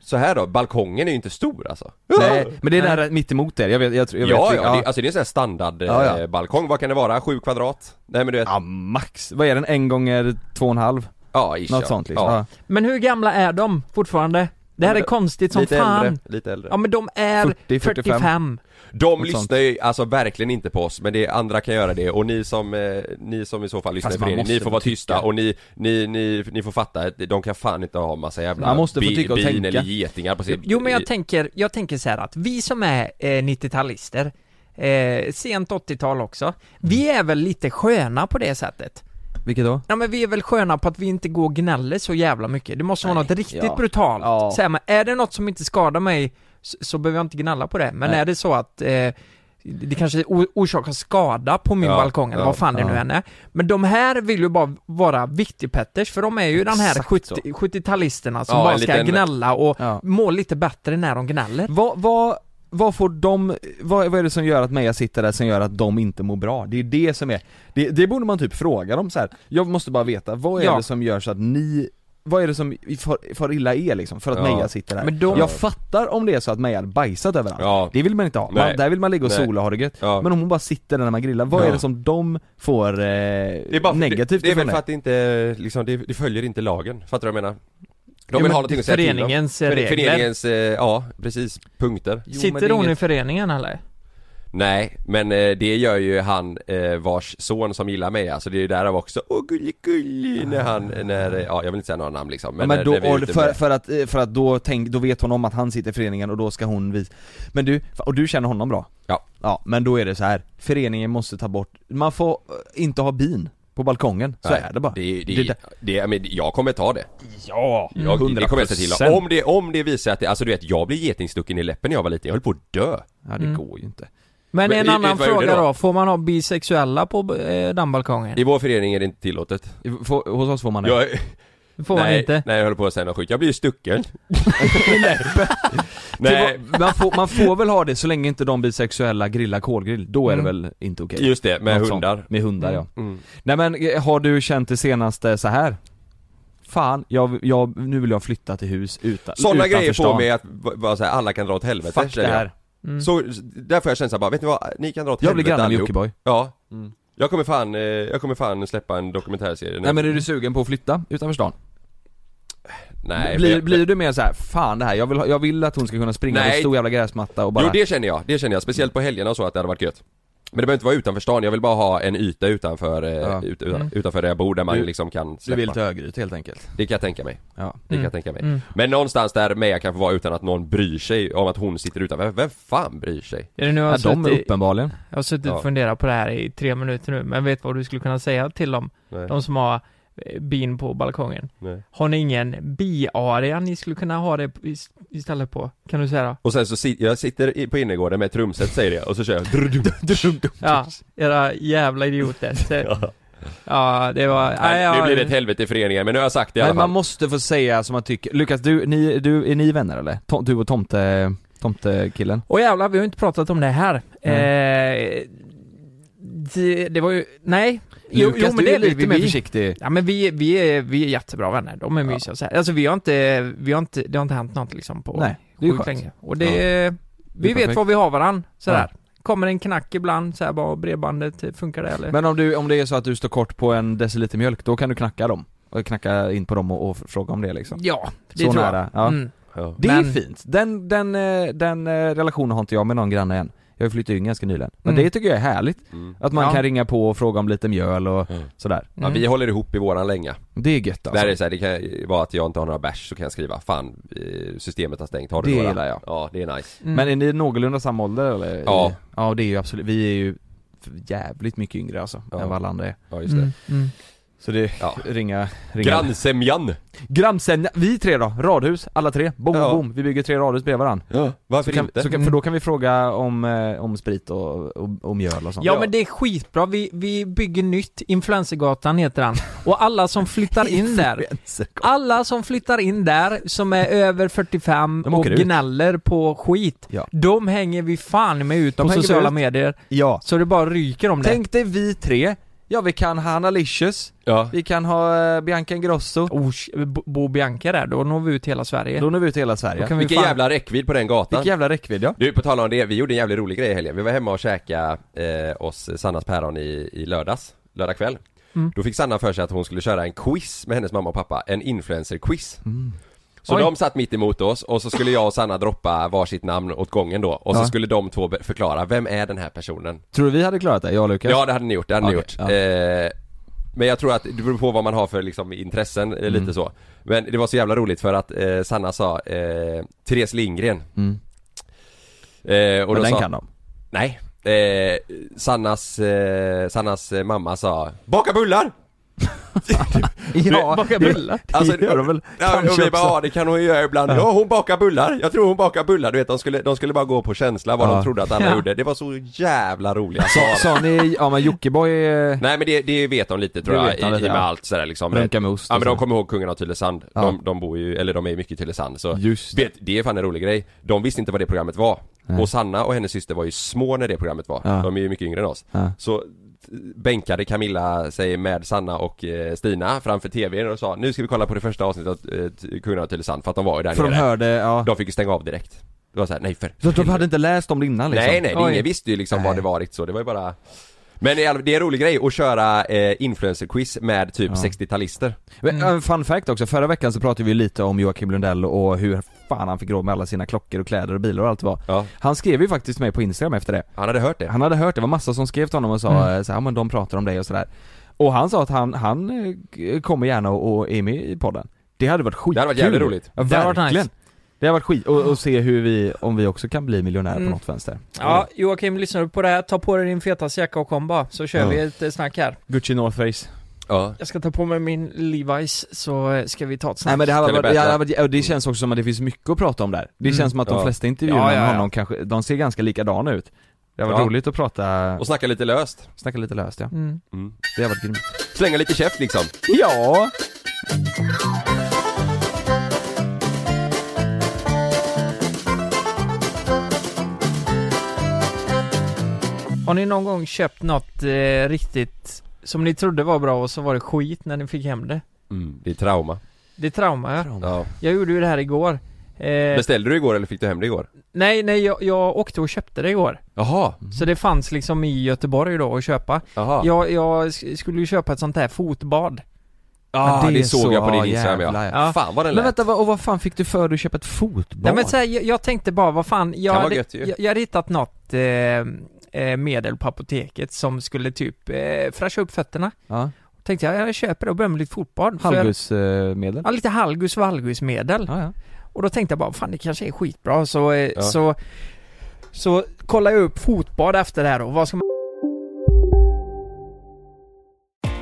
G: så här då, balkongen är ju inte stor alltså.
H: Nej, men det är där mitt emot er, jag vet, jag, tror- jag
G: ja,
H: vet.
G: ja, Det, alltså det är en sån här standard eh,
H: Ja, ja.
G: balkong, vad kan det vara? Sju kvadrat? Nej men du vet,
H: Ja, max, vad är den? En gånger två och en halv?
G: ja ish,
H: Något
G: ja.
H: sånt liksom.
G: Ja.
H: Ja.
I: Men hur gamla är de fortfarande? Det här
G: Ja, men
I: är konstigt som
G: Lite
I: fan.
G: äldre, lite äldre.
I: Ja men de är
H: 40,
I: 45.
H: 45.
G: De
H: Något
G: lyssnar ju alltså verkligen inte på oss, men det andra kan göra det och ni som, eh, ni som i så fall lyssnar i
H: Fast man
G: föreningen,
H: måste
G: ni
H: få
G: får vara
H: tycka.
G: tysta och ni, ni, ni, ni får fatta att de kan fan inte ha massa jävla
H: Man måste få
G: bi-
H: tycka och
G: bin
H: tänka.
G: eller getingar på sin...
H: typ
I: Jo men jag tänker, jag tänker så här att vi som är eh, 90-talister, eh, sent 80-tal
H: Mm.
I: också, vi är väl lite sköna på det sättet.
H: Vilket då?
I: Ja men vi är väl sköna på att vi inte går och gnäller så jävla mycket. Det måste vara något riktigt
H: Ja.
I: brutalt.
H: Ja.
I: Så här, men är det något som inte skadar mig så, så behöver jag inte gnälla på det. Men
H: Nej.
I: är det så att eh, det kanske o- orsakar skada på min
G: Ja,
I: balkong eller
G: ja,
I: vad fan det nu
H: ja.
I: än är. Men de här vill ju bara vara viktigpetters för de är ju den här
H: Exakt
I: 70 70-talisterna som
G: Ja,
I: bara
G: en
I: ska
G: liten-
I: gnälla och
H: Ja.
I: må lite bättre när de gnäller.
H: Vad, vad, vad får de, vad, vad är det som gör att Meja sitter där som gör att de inte mår bra? Det är ju det som är, det, det borde man typ fråga dem så här. jag måste bara veta, vad är
I: Ja.
H: det som gör så att ni vad är det som far, far illa er liksom, för att
G: Ja.
H: Meja sitter där?
I: Men de-
H: Jag fattar om det är så att Meja hade bajsat överallt,
G: Ja.
H: det vill man inte ha,
G: Nej.
H: man, där vill man ligga och
G: Nej.
H: sola och ha det gött
G: Ja.
H: Men om hon bara sitter där när man grillar, vad
G: Ja.
H: är det som de får eh,
G: Det är bara för,
H: negativt
G: Det, det är
H: ifrån
G: väl för att det inte, liksom, det, det följer inte lagen, fattar du vad jag menar? De
I: Jo,
G: vill
I: men
G: ha någonting att säga till om.
I: föreningens
G: Före-
I: regler.
G: Föreningens, eh, ja precis, punkter.
H: Jo, men
I: Sitter
H: det är
I: hon
H: inget-
I: i föreningen eller?
G: Nej, men eh, det gör ju han eh, vars son som gillar mig, alltså det är ju därav också, åh gullig gullig när han, när, eh, ja jag vill inte säga några namn liksom
H: Men, men
G: när-
H: då,
G: när vi är
H: och
G: ute
H: för,
G: med-
H: för att, eh, för att då, tänk, då vet hon om att han sitter i föreningen och då ska hon visa Men du, fa- och du känner honom bra?
G: Ja.
H: Ja, men då är det så här. föreningen måste ta bort, man får eh, inte ha bin på balkongen, så
G: Nej,
H: är det bara
G: Det, det,
H: Det
G: det,
H: där-
G: det, men jag kommer ta det.
H: Ja,
G: Jag, det kommer jag se till.
H: 100%.
G: Om det, om det visar att det, alltså du vet, jag blev getingstucken i läppen när jag var liten, jag höll på att dö.
H: Ja det går ju inte
I: Men,
G: Men
I: en
G: i- i-
I: annan
G: vad gjorde
I: fråga
G: då?
I: då? får man ha bisexuella på eh, den balkongen?
G: I vår förening är det inte tillåtet.
H: I- få- Hos oss får man det
G: Jag,
I: får man
G: nej,
I: inte?
G: nej jag höll på att säga något sjukt, jag blir ju stucken.
H: nej.
G: nej,
H: Man, får, man får väl ha det så länge inte de bisexuella grillar kolgrill, då är det väl inte okej
G: just det, med
H: Något sånt.
G: hundar.
H: Med hundar ja.
G: Mm.
H: Nej men eh, har du känt det senaste så här? Fan, jag, jag, nu vill jag flytta till hus utan,
G: Sådana
H: utanför
G: grejer
H: stan.
G: får mig att v- vara såhär, alla kan dra åt helvete.
H: Fuck det
G: känner jag.
H: här.
I: Mm.
G: Så, där får jag känslan bara, vet ni vad, ni kan dra åt
H: Jag blir
G: helvete
H: granne med
G: allihop.
H: Jockiboi.
G: Ja.
H: Mm.
G: Jag kommer fan, eh, jag kommer fan släppa en dokumentärserie nu.
H: Nej men är du sugen på att flytta utanför stan?
G: nej,
H: blir,
G: men jag-
H: blir du mer så här, fan det här, jag vill, ha- jag vill att hon ska kunna springa
G: Nej.
H: på en stor jävla gräsmatta och bara
G: Jo det känner jag, det känner jag. Speciellt på helgerna och så att det hade varit gött. Men det behöver inte vara utanför stan, jag vill bara ha en yta utanför, eh,
H: Ja. Mm.
G: ut, utan- utanför där jag bor där man
H: Du-
G: liksom kan
H: Du
G: släppa.
H: vill Mm. till Örgryte helt enkelt?
G: Det kan jag tänka mig.
H: Ja.
G: Det kan jag tänka mig. Men någonstans där Meja kan få vara utan att någon bryr sig om att hon sitter utanför. Vem fan bryr sig?
I: Är det nu jag har
H: ja de är
I: suttit-
H: uppenbarligen
I: Jag har suttit
G: Ja.
I: och funderat på det här i tre minuter nu, men vet vad du skulle kunna säga till dem?
G: Nej.
I: De som har eh, bin på balkongen.
G: Nej.
I: Har ni ingen biarea ni skulle kunna ha det ist- istället på? Kan du säga då?
G: Och sen så sit, jag sitter i- på innergården med ett trumset säger jag och så kör jag Typ.
I: Ja, era jävla idioter. Så, ja. det var...
G: Nej,
I: ja,
G: Nu blir det ett helvete i föreningen men nu har jag sagt det i alla
H: Men man
G: fall.
H: måste få säga som man tycker, Lukas du, ni, du, är ni vänner eller? Tom, du och tomte, tomtekillen?
I: Och jävlar, vi har ju inte pratat om det här. Eh, det, det var ju... Nej. Jo,
H: Lukas
I: jo, men
H: du
I: det
H: är lite
I: vi,
H: mer
I: vi,
H: försiktig
I: Ja men vi, vi, är, vi är jättebra vänner, de är mysiga så här. Alltså vi har inte, vi har inte, det har inte hänt något liksom på
H: Nej, det är ju
I: sjukt
H: skönt
I: länge. Och det,
H: Det
I: vi
H: är
I: vet
H: perfekt.
I: var vi har varann sådär.
H: Ja.
I: Kommer en knack ibland så här bara, bredbandet, eh, funkar det eller?
H: Men om, du, om det är så att du står kort på en deciliter mjölk, då kan du knacka dem? Och knacka in på dem och, och fråga om det liksom?
I: ja, det
H: så
I: tror
H: nära,
I: jag.
H: ja.
I: Mm.
G: Ja.
H: Det är
I: Men-
H: fint, den, den, eh, den eh, relationen har inte jag med någon granne än Jag har ju flyttat in ganska nyligen, men
I: Mm.
H: det tycker jag är härligt
G: Mm.
H: Att man
I: Ja.
H: kan ringa på och fråga om lite mjöl och
G: Mm.
H: sådär
G: Ja,
I: Mm.
G: vi håller ihop i våran länga.
H: Det är gött alltså
G: Där är det, så här, det kan vara att jag inte har några bärs så kan jag skriva Fan, eh, systemet har stängt, har du
H: Det
G: några?
H: gillar jag. Eh,
G: Ja, det är nice
I: Mm.
H: Men är ni någorlunda samma ålder eller?
G: Ja.
H: Ja det är ju absolut, vi är ju jävligt mycket yngre alltså,
G: Ja.
H: än vad alla andra är
G: Ja just det
I: Mm. Mm.
H: Så det,
G: Ja.
H: ringa, ringa
G: Grannsämjan!
H: Grannsämja, vi tre då, radhus, alla tre, boom
G: Ja.
H: boom, vi bygger tre radhus bredvid varandra
G: Ja,
H: så
G: varför
H: kan,
G: inte?
H: så kan, För då kan vi fråga om, eh, om sprit och, och, och mjöl och sånt
I: Ja men det är skitbra, vi, vi bygger nytt, Influencergatan heter den. Och alla som flyttar in där, alla som flyttar in där som är över 45
H: De
I: och
H: åker ut.
I: gnäller på skit,
H: Ja.
I: de hänger vi fan med ut
H: De
I: på
H: hänger vi
I: sociala
H: ut.
I: medier.
H: Ja,
I: Så det bara ryker om det.
H: tänk dig vi tre, ja vi kan ha Analicious,
G: ja.
H: vi kan ha eh, Bianca Ingrosso,
I: Oh, sh- Bo- Bo Bianca där, då når vi ut hela Sverige.
H: då når vi ut i hela Sverige
I: Då kan vi
G: Vilken
I: fan-
G: jävla räckvidd på den gatan!
H: Vilken jävla räckvidd ja
G: Du, på tal om det, vi gjorde en jävligt rolig grej i helgen. Vi var hemma och käkade eh, oss Sannas päron i, i lördags, lördag kväll.
H: Mm.
G: Då fick Sanna för sig att hon skulle köra en quiz med hennes mamma och pappa, en influencer-quiz.
H: Mm.
G: Så
I: Oj.
G: de satt mitt emot oss och så skulle jag och Sanna droppa varsitt namn åt gången då och så
H: Ja.
G: skulle de två be- förklara, vem är den här personen?
H: Tror du vi hade klarat det, jag och Lukas?
G: Ja det hade ni gjort, det hade ni
H: Okej,
G: gjort.
H: ja.
G: Eh, men jag tror att det beror på vad man har för liksom, intressen, eh,
H: Mm.
G: lite så. Men det var så jävla roligt för att eh, Sanna sa eh, Therese Lindgren.
H: Mm.
G: Eh, och
H: Men
G: då
H: den
G: sa,
H: kan de
G: Nej. Eh, Sannas, eh, Sannas eh, mamma sa 'Baka bullar!'
H: Ja,
I: bakar
H: det-
I: bullar.
G: Alltså,
H: det gör de väl
G: Ja, och
H: kanske
G: vi bara,
H: också
G: ja det kan hon ju göra ibland. Ja hon bakar bullar, jag tror hon bakar bullar. Du vet de skulle, de skulle bara gå på känsla vad de
H: Ja. Alltså,
G: trodde att alla
I: Ja.
G: gjorde. Det var så jävla Alltså, roliga
H: Sa-
G: svar.
H: Sa ni, ja men Jockiboi, eh,
G: Nej men det, det vet de lite tror
H: Det
G: jag,
H: vet
G: i,
H: de
G: i
H: lite,
G: med
H: ja.
G: allt sådär liksom.
H: Runka med ost
G: Ja
H: och
G: men de
H: så.
G: kommer ihåg kungen av Tylösand.
H: Ja.
G: De, de bor ju, eller de är mycket i Tylösand så.
H: Just det.
G: vet, det är fan en rolig grej. De visste inte vad det programmet var.
H: Nej.
G: Och Sanna och hennes syster var ju små när det programmet var,
H: Ja.
G: de är ju mycket yngre än oss
H: Ja.
G: Så t- bänkade Camilla sig med Sanna och eh, Stina framför tvn och sa Nu ska vi kolla på det första avsnittet av eh, t- Kungarna av Tylösand för att de var ju där
H: För de
G: nere
H: hörde, ja.
G: De fick ju stänga av direkt Det var såhär, nej för
H: Så de hade inte läst om det innan liksom?
G: Nej nej, det,
I: Oj.
G: ingen visste ju liksom
H: Nej.
G: vad det var riktigt så, det var ju bara Men i all- det är en rolig grej att köra eh, influencer-quiz med typ
H: Ja.
G: 60-talister
H: Men, eh, Fun fact också, förra veckan så pratade vi lite om Joakim Lundell och hur fan han fick råd med alla sina klockor och kläder och bilar och allt vad.
G: Ja.
H: Han skrev ju faktiskt mig på Instagram efter det.
G: Han hade hört det?
H: Han hade hört, det var massa som skrev till honom och sa
I: Mm.
H: mm. så här, "Ja, men de pratar om dig och sådär. Och han sa att han, han eh, k- kommer gärna och, och är med i podden. Det hade varit skitkul.
G: Det hade varit jävligt roligt.
H: Ja,
I: Det hade varit
H: verkligen.
I: nice.
H: Det hade varit skit, och, och se hur vi, om vi också kan bli miljonärer
I: Mm.
H: på något vänster.
I: Ja, Joakim, lyssnar du på det här? Ta på dig din fetaste jacka och kom bara, så kör
H: Ja.
I: vi ett eh, snack här.
H: Gucci North Face.
G: Ja
I: Jag ska ta på mig min Levi's, så eh, ska vi ta ett snack.
H: Nej men det, här
G: Eller
H: var,
G: bättre.
H: det, här var, och det känns också som att det finns mycket att prata om där. Det
I: Mm.
H: känns som att de
G: Ja.
H: flesta intervjuerna
I: Ja, ja, ja.
H: med honom kanske, de ser ganska likadana ut. Det har varit
G: Ja.
H: roligt att prata,
G: Och snacka lite löst,
H: snacka lite löst ja.
I: Mm.
G: mm.
H: Det har varit grymt.
G: slänga lite käft liksom
H: Ja!
I: Har ni någon gång köpt något eh, riktigt som ni trodde var bra och så var det skit när ni fick hem det?
H: Mm.
G: Det är trauma
I: Det är trauma ja.
G: ja.
I: Jag gjorde ju det här igår. Eh,
G: Beställde du igår eller fick du hem det igår?
I: nej, nej, jag, jag åkte och köpte det igår.
G: Jaha,
I: Så
H: Mm.
I: det fanns liksom i Göteborg då att köpa.
G: jaha
I: Jag, jag sk- skulle ju köpa ett sånt här fotbad.
G: ah, det, såg jag på din
H: ja,
G: Instagram
H: jävlar,
G: ja.
I: Ja.
G: Fan vad den
H: Men
G: lät
H: vänta, vad, och vad fan fick du för dig att köpa ett fotbad?
I: Nej men så här, jag, jag tänkte bara, vad fan, jag,
G: Kan vara
I: hade,
G: gött ju.
I: jag, jag hade hittat något eh, eh, medel på apoteket som skulle typ eh, fräscha upp fötterna.
H: ja.
I: Tänkte jag, jag köper det och börjar med lite fotbad. För-
H: Halvgusmedel?
I: Ja, lite halgus valgusmedel.
H: Ja, ja.
I: Och då tänkte jag bara, fan det kanske är skitbra. Så, eh,
G: Ja.
I: så, så kollade jag upp fotbad efter det här då. Vad ska man...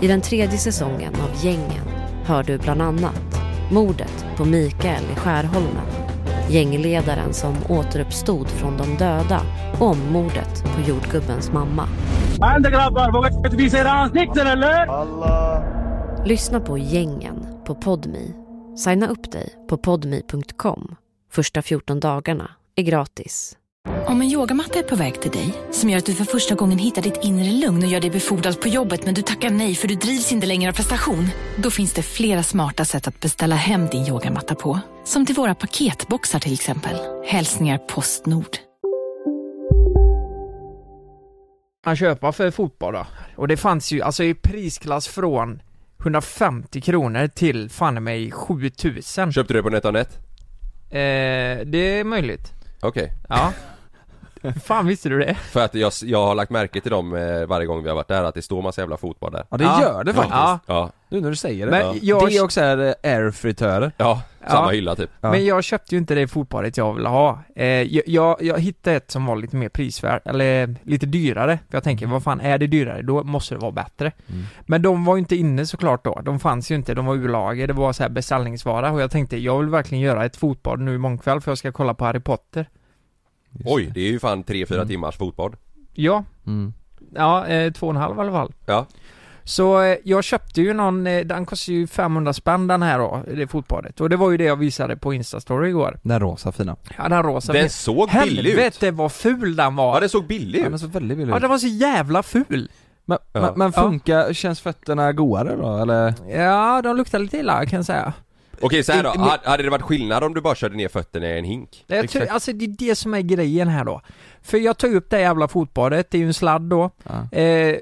F: I den tredje säsongen av Gängen hör du bland annat mordet på Mikael i Skärholmen, gängledaren som återuppstod från de döda och om mordet på jordgubbens mamma. Lyssna på Gängen på Podmi. Signa upp dig på podmi.com. Första 14 dagarna är gratis.
J: Om en yogamatta är på väg till dig, som gör att du för första gången hittar ditt inre lugn och gör dig befordrad på jobbet men du tackar nej för du drivs inte längre av prestation. Då finns det flera smarta sätt att beställa hem din yogamatta på. Som till våra paketboxar till exempel. Hälsningar Postnord.
I: man köpa för fotbad då? Och det fanns ju, alltså i prisklass från 150 kronor till fan i mig 7000.
G: Köpte du det på NetOnNet?
I: Eh, det är möjligt.
G: Okej
I: Ja. fan visste du det?
G: För att jag, jag har lagt märke till dem eh, varje gång vi har varit där att det står massa jävla fotboll där Ah.
H: Ja det gör det faktiskt.
I: Ja.
G: Ja,
H: Nu när du säger det.
I: Men
H: Ja.
I: jag-
H: Det är också här eh, airfritörer.
G: ja, samma
I: Ja.
G: hylla typ
H: Ja.
I: Men jag köpte ju inte det fotbadet jag ville ha. Eh, jag, jag, jag hittade ett som var lite mer prisvärt, eller lite dyrare. För jag tänker,
H: Mm.
I: vad fan, är det dyrare, då måste det vara bättre. Men de var ju inte inne såklart då. De fanns ju inte, de var urlager, det var så här beställningsvara. Och jag tänkte, jag vill verkligen göra ett fotbad nu imorgon kväll för jag ska kolla på Harry Potter.
G: Oj, det är ju fan 3-4
I: Mm.
G: timmars fotboll
I: Ja,
H: Mm.
I: ja, eh, två och en halv i alla fall.
G: Ja,
I: Så eh, jag köpte ju någon, eh, den kostar ju 500 spänn den här då, det fotbadet. Och det var ju det jag visade på Instastory igår.
H: Den rosa fina.
I: Ja, den rosa.
G: den såg billig ut!
I: Helvete vad ful den var!
G: Ja den såg billig
H: Den
G: ut!
H: är så väldigt billig
I: Ja
H: ut.
I: den var så jävla ful!
H: Men,
G: Ja.
H: men, men funkar, känns fötterna goare då eller?
I: Ja, de luktar lite illa kan jag säga.
G: Okej så här då,
I: I- i-
G: ha- hade det varit skillnad om du bara körde ner fötterna i en hink?
I: Jag tror, alltså det är det som är grejen här då. För jag tar upp det jävla fotbadet, det är ju en sladd då.
H: Ja.
I: Eh,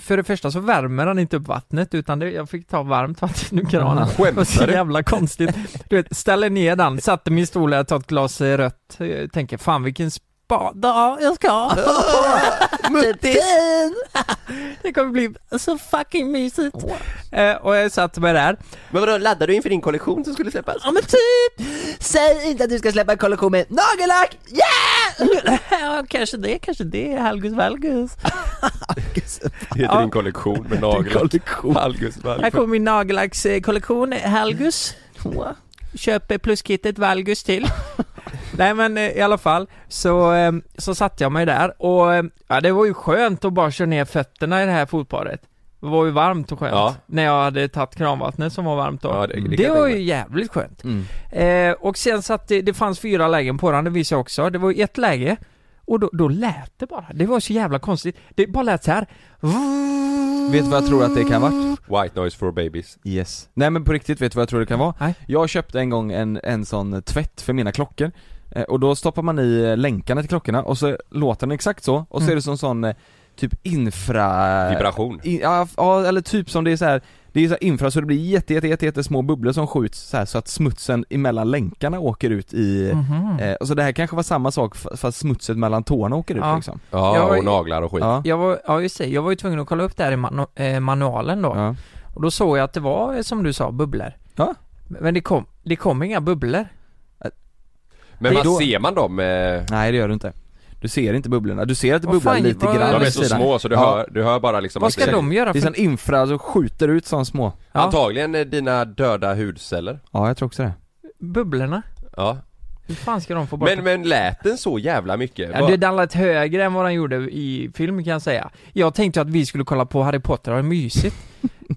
I: för det första så värmer den inte upp vattnet utan det, jag fick ta varmt vatten ur kranen. Det var så
G: Skämtar du?
I: jävla konstigt. Du vet, ställer ner den, satte min stol där, tar ett glas eh, rött, eh, tänker fan vilken barn. Ja, jag ska. Muttis! Det kommer bli så fucking mysigt. Eh, och jag satt med det här.
K: Men vadå, laddade du inför din kollektion som skulle släppas?
I: Ja men typ!
K: Säg inte att du ska släppa en kollektion med nagellack!
I: Yeah! ja, kanske det, kanske det, Halgus valgus.
G: Heter din kollektion med naglar? Kollektion. Algus,
I: Här kommer min nagellackskollektion, Halgus. Köper pluskittet Valgus till. Nej men eh, i alla fall, så, eh, så satte jag mig där och eh, ja, det var ju skönt att bara köra ner fötterna i det här fotparet. Det var ju varmt och skönt.
G: Ja.
I: När jag hade tagit kranvattnet som var varmt
G: det-
I: då. det,
G: det kan jag
I: var
G: tänka
I: ju
G: mig.
I: jävligt skönt.
G: Mm.
I: Eh, och sen satt det, det fanns fyra lägen på den, det visste jag också. Det var ju ett läge och då, då lät det bara. Det var så jävla konstigt. Det bara lät så här.
H: Vet du vad jag tror att det kan ha varit?
G: White noise for babies.
H: Yes. Nej men på riktigt, vet du vad jag tror det kan vara? Jag köpte en gång en, en sån tvätt för mina klockor Eh, Och då stoppar man i eh, länkarna till klockorna och så låter den exakt så, och så
G: Mm.
H: är det som sån eh, typ infra...
G: Vibration.
H: I, ja, f- ja, eller typ som det är så här. Det är så här infra så det blir jätte, jätte, jätte, jätte små bubblor som skjuts så här så att smutsen emellan länkarna åker ut i...
I: Mhm.
H: eh, och så det här kanske var samma sak f- fast smutsen mellan tårna åker ut
I: Ja.
H: liksom
I: Ja, Jag var och ju-
G: naglar och skit.
H: Ja.
I: Jag var, ja just det, jag var ju tvungen att kolla upp det här i manu- eh, manualen då. Och då såg jag att det var, eh, som du sa, bubblor.
H: Ja.
I: Men det kom, det kom inga bubblor.
G: Men
I: Det
G: vad
I: är då-
G: ser man dem? eh?
H: Nej det gör du inte Du ser inte bubblorna, du ser att det
I: Vad
H: bubblar
I: fan,
H: lite
I: vad-
H: grann
G: De är
H: vid
G: så
H: sidan.
G: små så du,
H: Ja.
G: hör, du hör bara liksom att det-
H: Det är sån infra som skjuter ut sån små
G: Antagligen eh, dina döda hudceller.
H: Ja jag tror också det
I: Bubblorna?
G: Ja.
I: Hur fan ska de få bort
G: Men, men lät den så jävla mycket?
I: Ja,
G: Vad-
I: det den lät högre än vad den gjorde i film kan jag säga. Jag tänkte att vi skulle kolla på Harry Potter och ha det mysigt.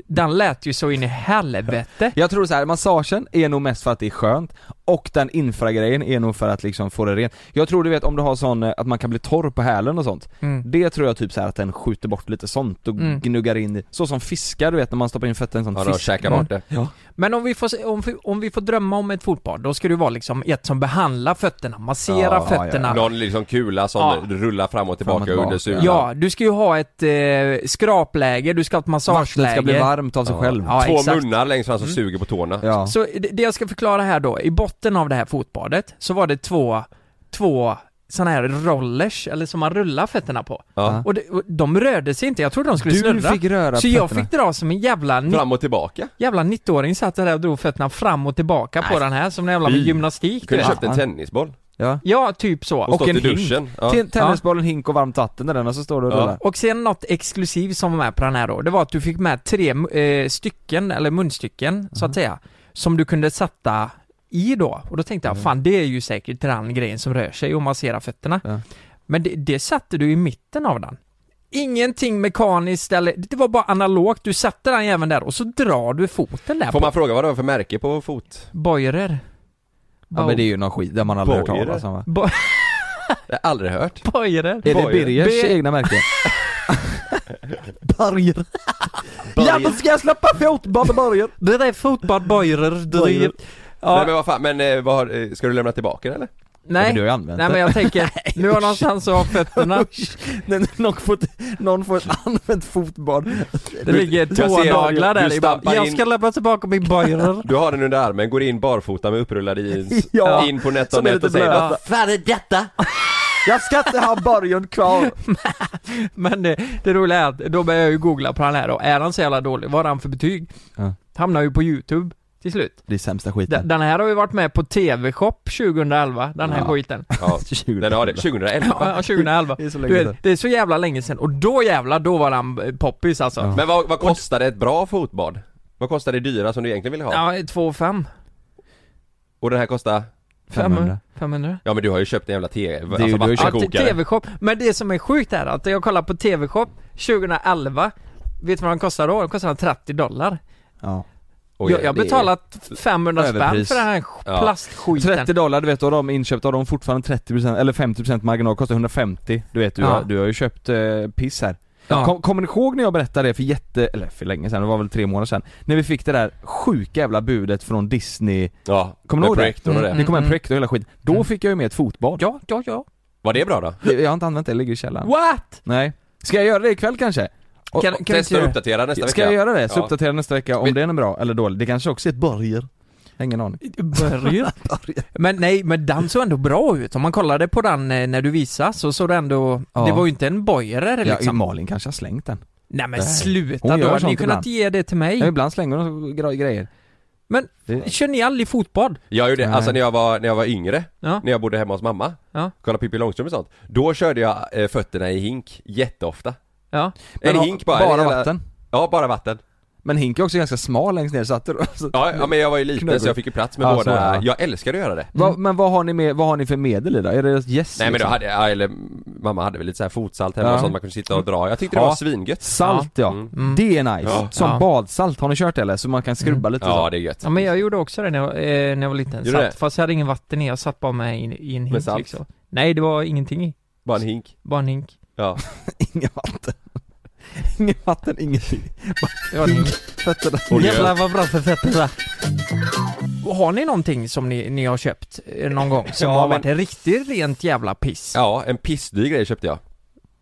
I: den lät ju så in i helvete.
H: Jag tror så här, massagen är nog mest för att det är skönt och den infragrejen är nog för att liksom få det rent. Jag tror du vet om du har sån eh, att man kan bli torr på hälen och sånt.
I: Mm.
H: Det tror jag typ så här att den skjuter bort lite sånt och
I: Mm.
H: gnuggar in i, så som fiskar du vet när man stoppar in fötterna i en sån
G: Ja, de
H: fisk. Mm.
G: käkar bort det.
H: Ja.
I: Men om vi, får, se- om, vi, om vi får drömma om ett fotbad, då ska det ju vara liksom ett som behandlar fötterna, masserar fötterna.
G: Någon liksom kula som
I: Ja.
G: rullar fram och tillbaka
H: tillbaka.
G: under sulan.
I: Ja, du ska ju ha ett eh, skrapläge, du ska ha ett massageläge.
G: Vattnet ska bli varmt
H: av sig själv.
I: Ja,
G: Två
I: exakt. Mm.
G: munnar längst fram som suger på tårna.
I: Så det det jag ska förklara här då, i botten av det här fotbadet så var det två, två sådana här rollers, eller som man rullar fötterna på.
G: Ja.
I: Och, det, och de rörde sig inte, jag trodde de skulle
G: Du
I: snurra.
G: fick röra
I: Så jag
G: fötterna.
I: fick dra som en jävla... ni-
G: Fram och tillbaka.
I: Jävla 90-åring satt där och drog fötterna fram och tillbaka på den här, som en jävla
G: Fy.
I: gymnastik. typ.
G: Kunde
I: du vet.
G: köpt en tennisboll.
H: Ja.
I: Ja, typ så.
G: Och stått i duschen. Ja.
H: Ten- Tennisbollen, hink och varmt vatten där den och så står du och rullar.
I: Och sen något exklusivt som var med på den här då, det var att du fick med tre eh, stycken, eller munstycken så
H: Mhm.
I: att säga, som du kunde sätta i då. Och då tänkte
H: Mm.
I: jag, fan det är ju säkert den grejen som rör sig och masserar fötterna. Men det, det satte du i mitten av den. Ingenting mekaniskt eller, det var bara analogt, du satte den även där och så drar du foten där.
G: Får man fråga vad det var för märke på fot?
I: Boirer.
H: Ja men det är ju någon skit, där man aldrig hört
G: Bojer.
H: talas om va?
I: Bo-
G: Jag har aldrig hört.
I: Boirer.
H: Är det Birgers egna märke? Barger. Ja men ska jag släppa fotboll Barger?
I: Det där är fotbad Boirer. Det
G: Bojer.
I: är... Ja.
G: Nej men vad fan, men eh, vad har, eh, ska du lämna tillbaka det eller?
I: Nej, nej men jag tänker, nu har någonstans att ha fötterna
H: någon, får, någon får ett använt fotbad
I: Det ligger tånaglar där i. bara, Jag ska lämna tillbaka min boiler.
G: Du har den under armen, går in barfota med upprullad jeans,
H: Ja.
G: in på
H: Som är
G: NetOnNet
H: lite
G: och säger
H: blöta.
G: "Vad
H: fan är detta? Jag ska inte ha borgen kvar!
I: Men det, det roliga är att då börjar jag ju googla på den här då. Är han så jävla dålig? Vad har han för betyg?
H: Ja.
I: Hamnar ju på youtube till slut.
H: Det är sämsta
I: D-
H: skiten
I: Den här har ju varit med på tv-shop 2011, den här
H: Ja.
I: skiten.
G: Ja, den har det. 2011.
I: Ja, 2011.
G: Det är så länge
I: du
G: sedan.
I: vet, det är så jävla länge sedan och då jävla då var han eh, poppis alltså.
G: Ja. Men vad, vad kostade ett bra fotbad? Vad kostade det dyra som du egentligen ville ha?
I: Ja, 2 500.
G: Och den här kostar?
I: 500. 500.
G: Ja men du har ju köpt en jävla te,
H: Det är ju-
G: alltså
H: du har ju köpt-
I: Ja,
G: vattenkokare
I: TV-shop. Men det som är sjukt är att jag kollar på TV-shop 2011 Vet du vad den kostar då? Den kostar 30 dollar.
H: Ja.
I: jag jag har betalat 500 spänn för den här sk- plastskiten.
H: 30 dollar, du vet, och de inköpt, och de fortfarande 30% eller 50% marginal, kostar 150 Du vet, du,
I: Ja.
H: har, du har ju köpt eh, piss här
I: Ja.
H: Kom, Kommer ni ihåg när jag berättade det för jätte, eller för länge sedan, det var väl tre månader sedan När vi fick det där sjuka jävla budet från Disney
G: Ja,
H: Kommer ni
G: med
H: ihåg det?
G: projektorn och det.
H: Det kom en
G: Mm.
H: projektor och hela skiten Då fick jag ju med ett fotbad
I: Ja, ja, ja
G: Var det bra då?
H: Jag har inte använt det, det ligger i källaren
I: What?
H: Nej Ska jag göra det ikväll kanske? Och-
G: Kan- kan
H: och-
G: vi inte Testa och göra det? uppdatera nästa
H: Ska
G: vecka?
H: jag göra det? Så
G: Ja.
H: uppdatera nästa vecka om den är bra eller dålig Det kanske också är ett borger Ingen aning.
I: Börje. Men nej, men den såg ändå bra ut. Om man kollade på den eh, när du visade så såg det ändå,
H: Ja.
I: det var ju inte en bojare
H: Ja,
I: liksom.
H: Malin kanske har slängt den.
I: Nej men
H: Nej.
I: sluta
H: Hon
I: då,
H: gör
I: hade ni
H: sånt
I: kunnat
H: ibland.
I: ge det till mig?
H: Ja, ibland slänger hon gre- grejer.
I: Men kör ni aldrig fotboll?
G: Jag gjorde,
I: Nej.
G: alltså när jag var, när jag var yngre,
I: Ja.
G: när jag bodde hemma hos mamma,
I: Ja.
G: kolla Pippi Långstrump och sånt. Då körde jag eh, fötterna i hink jätteofta.
I: Ja.
G: en
H: Men ha-
G: hink bara.
H: bara
G: en hela-
H: vatten?
G: Ja, bara vatten.
H: Men Hink är också ganska smal längst ner så att så-
G: Ja, ja men jag var ju liten
H: Knögg.
G: så jag fick ju plats med
H: Ja, så,
G: båda.
H: ja.
G: Jag älskade att göra det.
H: Vad- Men vad har ni med, vad har ni för medel i det? Är det gäss?
G: Nej men då
H: liksom?
G: hade jag, eller mamma hade väl lite så här fotsalt hemma
H: Ja.
G: och sånt man kunde sitta och dra. Jag tyckte det
H: Ja.
G: var svingött.
H: Salt ja,
G: Mm.
H: det är nice.
G: Ja.
H: Som
G: Ja.
H: badsalt, har ni kört det eller? Så man kan skrubba lite
G: Ja,
H: så.
G: det är gött.
I: Ja men jag gjorde också det när jag, eh, när jag var liten,
G: Gjorde du
I: satt,
G: det?
I: fast jag hade ingen vatten i, jag satt bara med i, i en
G: Med
I: hink
G: salt?
I: liksom. Nej det var ingenting i.
G: Bara en hink.
I: Bara en hink.
G: Ja.
H: Inget vatten. Inget vatten, ingenting.
I: Det var en hink.
H: Fötterna.
I: Jävlar vad bra för fötterna. Har ni någonting som ni, ni har köpt eh, någon gång som
G: Ja,
I: har
G: men-
I: varit en riktigt rent jävla piss?
G: Ja, en pissdyr grej köpte jag.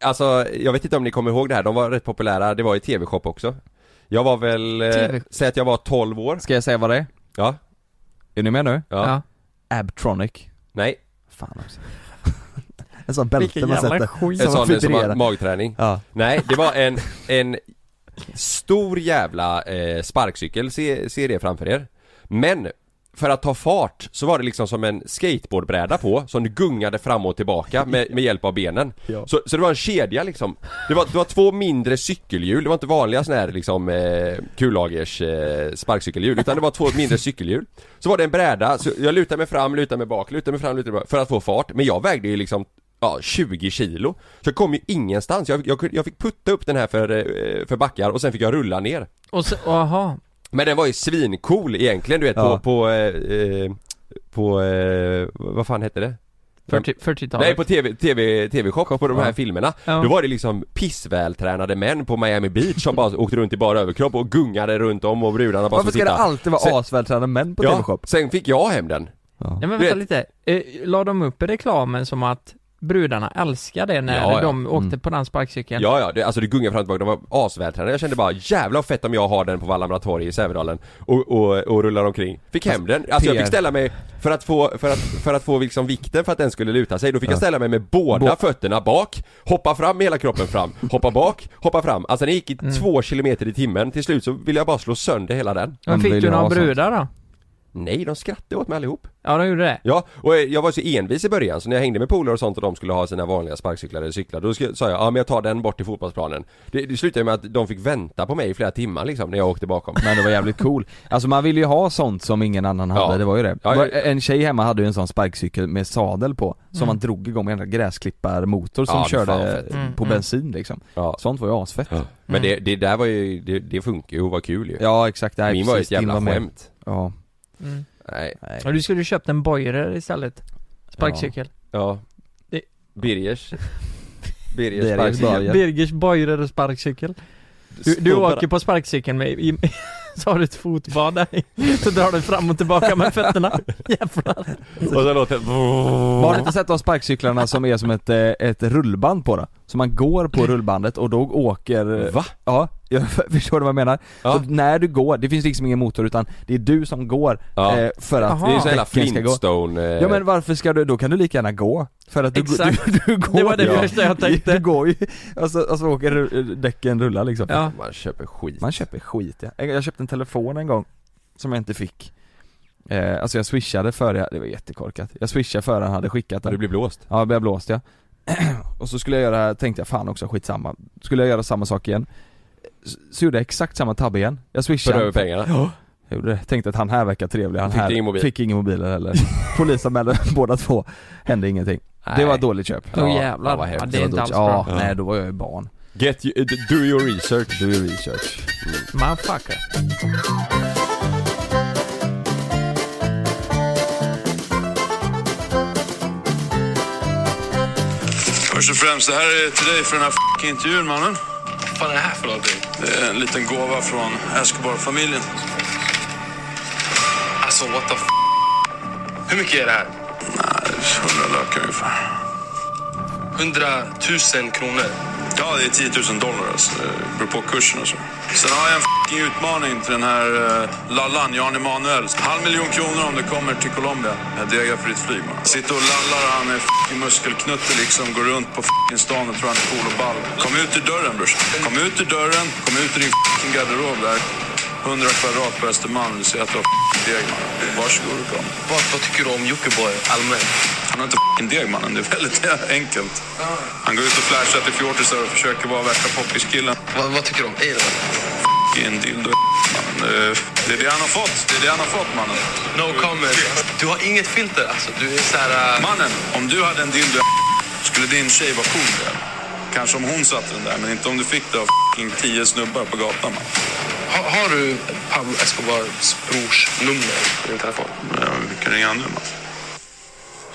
G: Alltså, jag vet inte om ni kommer ihåg det här, de var rätt populära, det var i TV-shop också. Jag var väl, eh,
H: TV.
G: säg att jag var 12 år.
H: Ska jag säga vad det är?
G: Ja.
H: Är ni med nu?
G: Ja. Ja.
H: Abtronic.
G: Nej.
H: Fan också. En sån bälte
G: Vilken
H: man
G: jävla
H: sätter.
G: skit. En sån som har
H: filtrerar.
G: magträning.
H: Ja.
G: Nej, det var en, en stor jävla eh, sparkcykel, se, se det framför er. Men för att ta fart så var det liksom som en skateboardbräda på som du gungade fram och tillbaka med, med hjälp av benen.
H: Ja.
G: Så, så det var en kedja liksom. Det var, det var två mindre cykelhjul, det var inte vanliga sådana här liksom eh, kullagers eh, sparkcykelhjul utan det var två mindre cykelhjul. Så var det en bräda, så jag lutade mig fram, lutade mig bak, lutade mig fram, lutade mig bak för att få fart. Men jag vägde ju liksom ja, 20 kilo. Så jag kom ju ingenstans. Jag, jag, jag fick putta upp den här för, eh, för backar och sen fick jag rulla ner.
I: Och så, aha.
G: Men den var ju svincool egentligen du vet
I: Ja.
G: på, på, eh, eh, på, eh, vad fan hette det?
I: 40 40-talet.
G: Nej på TV, TV, TV-shop på de här
I: Ja.
G: filmerna.
I: Ja.
G: Då var det liksom pissvältränade män på Miami Beach som bara åkte runt i bara överkropp och gungade runt om och brudarna bara
H: Varför
G: så
H: ska det
G: titta.
H: alltid vara
G: Sen-
H: asvältränade män på
G: Ja,
H: TV-shop?
G: sen fick jag hem den.
I: Nej men
G: Du
I: vänta
G: vet-
I: lite, eh, la de upp reklamen som att brudarna älskade det när
G: Ja, ja.
I: de åkte
G: Mm.
I: på den sparkcykeln?
G: Ja, ja, det, alltså det gungade fram och tillbaka, de var asvältränade. Jag kände bara jävla fett om jag har den på Vallhamra torg i Sävedalen och, och, och rullar omkring. Fick hem den, alltså jag
H: PR.
G: fick ställa mig, för att få, för att, för att få liksom vikten för att den skulle luta sig, då fick
H: Ja.
G: jag ställa mig med båda
H: Bå-
G: fötterna bak, hoppa fram med hela kroppen fram, hoppa bak, hoppa fram. Alltså den gick i två kilometer i timmen, till slut så ville jag bara slå sönder hela den.
I: Men fick du några brudar då?
G: Nej, de skrattade åt mig allihop.
I: Ja, de gjorde det?
G: Ja, och eh, jag var så envis i början så när jag hängde med polare och sånt och de skulle ha sina vanliga sparkcyklar eller cyklar Då sk- sa jag, ja men jag tar den bort till fotbollsplanen Det, det slutade med att de fick vänta på mig i flera timmar liksom när jag åkte bakom
H: Men det var jävligt cool. Alltså man ville ju ha sånt som ingen annan hade,
G: Ja.
H: det var ju det.
G: Ja,
H: Var-
G: ja.
H: En tjej hemma hade ju en sån sparkcykel med sadel på, som
G: Mm.
H: man drog igång med en gräsklipparmotor som
G: Ja, men fan,
H: körde
G: fett. Mm,
H: eh, på
G: mm.
H: bensin liksom.
G: Ja.
H: Sånt var ju asfett.
G: Men det, det där var ju, det, det funkar ju och var kul ju
H: Ja exakt, det här är
G: Min var ju
H: precis,
G: ett
H: din
G: jävla
H: var med.
G: skämt
H: Ja.
I: Mm.
G: Nej
I: Ja, du skulle ju köpt en bojare istället. Sparkcykel.
G: Ja
I: Det-
G: Birgers Birgers
H: Birgers
G: sparkcykel
I: Birgers bojare och sparkcykel. Du, du
G: Snubbar.
I: åker på sparkcykeln med, i, så har du ett fotbad där i. så drar du fram och tillbaka med fötterna. Jävlar.
G: Och så låter
H: Man har ni inte sett de sparkcyklarna som är som ett, eh, ett rullband på det? Så man går på rullbandet och då åker...
G: Va?
H: Ja, jag förstår vad jag menar. Så när du går, det finns liksom ingen motor utan det är du som går
G: Ja.
H: eh, för att
G: Aha. Det är ju så jävla
H: däcken ska gå.
G: Flintstone, eh.
H: Ja men varför ska du, då kan du lika gärna gå. För att du,
I: Exakt.
H: du, du går
I: Det var det
H: ju.
I: första jag tänkte.
H: Du går ju, alltså, alltså åker ru- däcken rulla liksom.
I: Ja.
G: Man köper skit
H: Man köper skit ja. Jag- Jag köpte en telefon en gång som jag inte fick. Eh, alltså jag swishade för det, det var jättekorkat. Jag swishade för han hade skickat den.
G: Du blev blåst?
H: Ja, jag blev blåst ja. och så skulle jag göra, tänkte jag fan också skitsamma. Skulle jag göra samma sak igen. Så, så gjorde jag exakt samma tabbe igen. Jag swishade.
G: Förde över pengarna?
H: Ja. Jag gjorde det. Tänkte att han här verkar trevlig. Han
G: Fick
H: här
G: du ingen mobil?
H: Fick ingen mobil heller. Polisanmälde båda två. Hände ingenting. Det
G: Nej.
H: var ett dåligt köp.
G: Åh, jävlar.
H: fan, vad hemskt.
G: Ja, det är
H: var
G: inte
H: dåligt.
G: alls bra.
H: Ja, nej då var jag ju barn.
G: Get you, do your research
H: Do your research
I: Motherfucker.
L: Först och främst, det här är till dig för den här f***ing intervjun, mannen. Vad fan är det här för någonting? Det är en liten gåva från Escobar-familjen. Alltså, what the f***? Hur mycket är det här? Nej, hundra lökar ungefär. Hundratusen kronor.
H: Ja, det är 10 000 dollar alltså. Det beror på kursen och så. Sen har jag en f***ing utmaning till den här
L: eh,
H: uh, Lallan, Jan Emanuel. Halv miljon kronor om du kommer till Colombia. Jag degar fritt flyg man. Sitter och lallar och han är f***ing muskelknutte liksom. Går runt på f***ing stan och tror han är cool och ball. Kom ut ur dörren brorsan. Kom ut ur dörren. Kom ut ur din f***ing garderob där. 100 kvadrat på Östermalm. Du ser att du har f***ing deg man. Varsågod och kom. Vad, vad tycker du om Jockiboi allmänt? Han har inte f***ing deg mannen. Det är väldigt enkelt. Han går ut och flashar till fjortisar och försöker vara värsta poppiskillen. Vad, tycker du om Eiran? F***ing dildo man. Eh, Det är det han har fått. Det är det han har fått mannen. No comment. Du har inget filter alltså. Du är så Mannen, om du hade en dildo skulle din tjej vara cool där. Kanske om hon satte den där, men inte om du fick det av f***ing tio snubbar på gatan man.
M: Har, har du Pablo Escobars brors nummer i din telefon?
H: Ja, vi kan ringa honom nu man.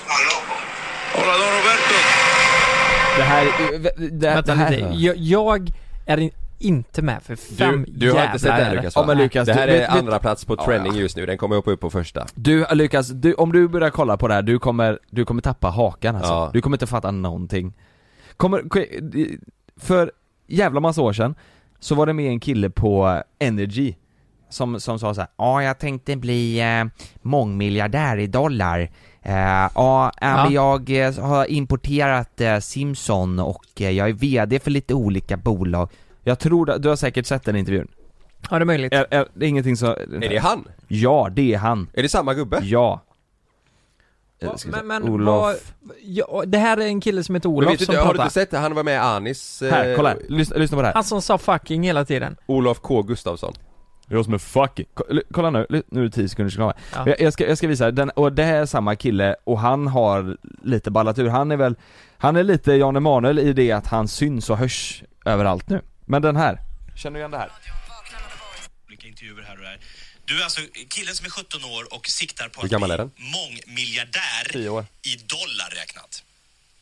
H: Hallå? Hola, don Roberto.
I: Det här, det, Vänta, det här. Jag, jag är in- inte med för fem
G: du har inte sett
I: jävlar
G: den
I: öre.
G: Lukas, va? Det här
N: du-
G: är
N: vet- vet-
G: andra plats på
N: Ja,
G: trending
N: ja.
G: just nu, den kommer upp, upp på första
N: Du Lukas, du, om du börjar kolla på det här, du kommer, du kommer tappa hakan alltså.
G: Ja.
N: Du kommer inte fatta någonting. Kommer, för jävla massa år sedan, så var det med en kille på Energy som, som sa så här: ja jag tänkte bli eh, mångmiljardär i dollar. Eh, ja, eh,
O: Ja.
N: men jag eh, har importerat eh, Simson och eh, jag är VD för lite olika bolag. Jag tror, det- du har säkert sett den intervjun?
I: Ja det är möjligt.
N: Är, är, det är ingenting som...
G: Är det han?
N: Ja, det är han.
G: Är det samma gubbe?
N: Ja.
I: Men, men
N: Olof.
I: vad, ja, det här är en kille som heter Olof
G: Men vet du,
I: som
G: inte, har du
I: pratar.
G: inte sett det? Han var med i Anis eh,
N: Här, kolla här. Lyssna, lyssna på det här.
I: Han som sa fucking hela tiden.
G: Olof K Gustafsson
N: Jag som är fucking... Kolla nu, L- nu är det 10 sekunder kvar.
I: Ja.
N: Jag, jag, ska, jag ska visa, den, och det här är samma kille och han har lite ballat ur. Han är väl, han är lite Jan Emanuel i det att han syns och hörs överallt nu. Men den här. Känner du igen det här?
P: olika intervjuer här och där. Du är alltså killen som är 17 år och siktar på
G: Hur gammal är den?
P: mångmiljardär
G: Tio år
P: i dollar räknat.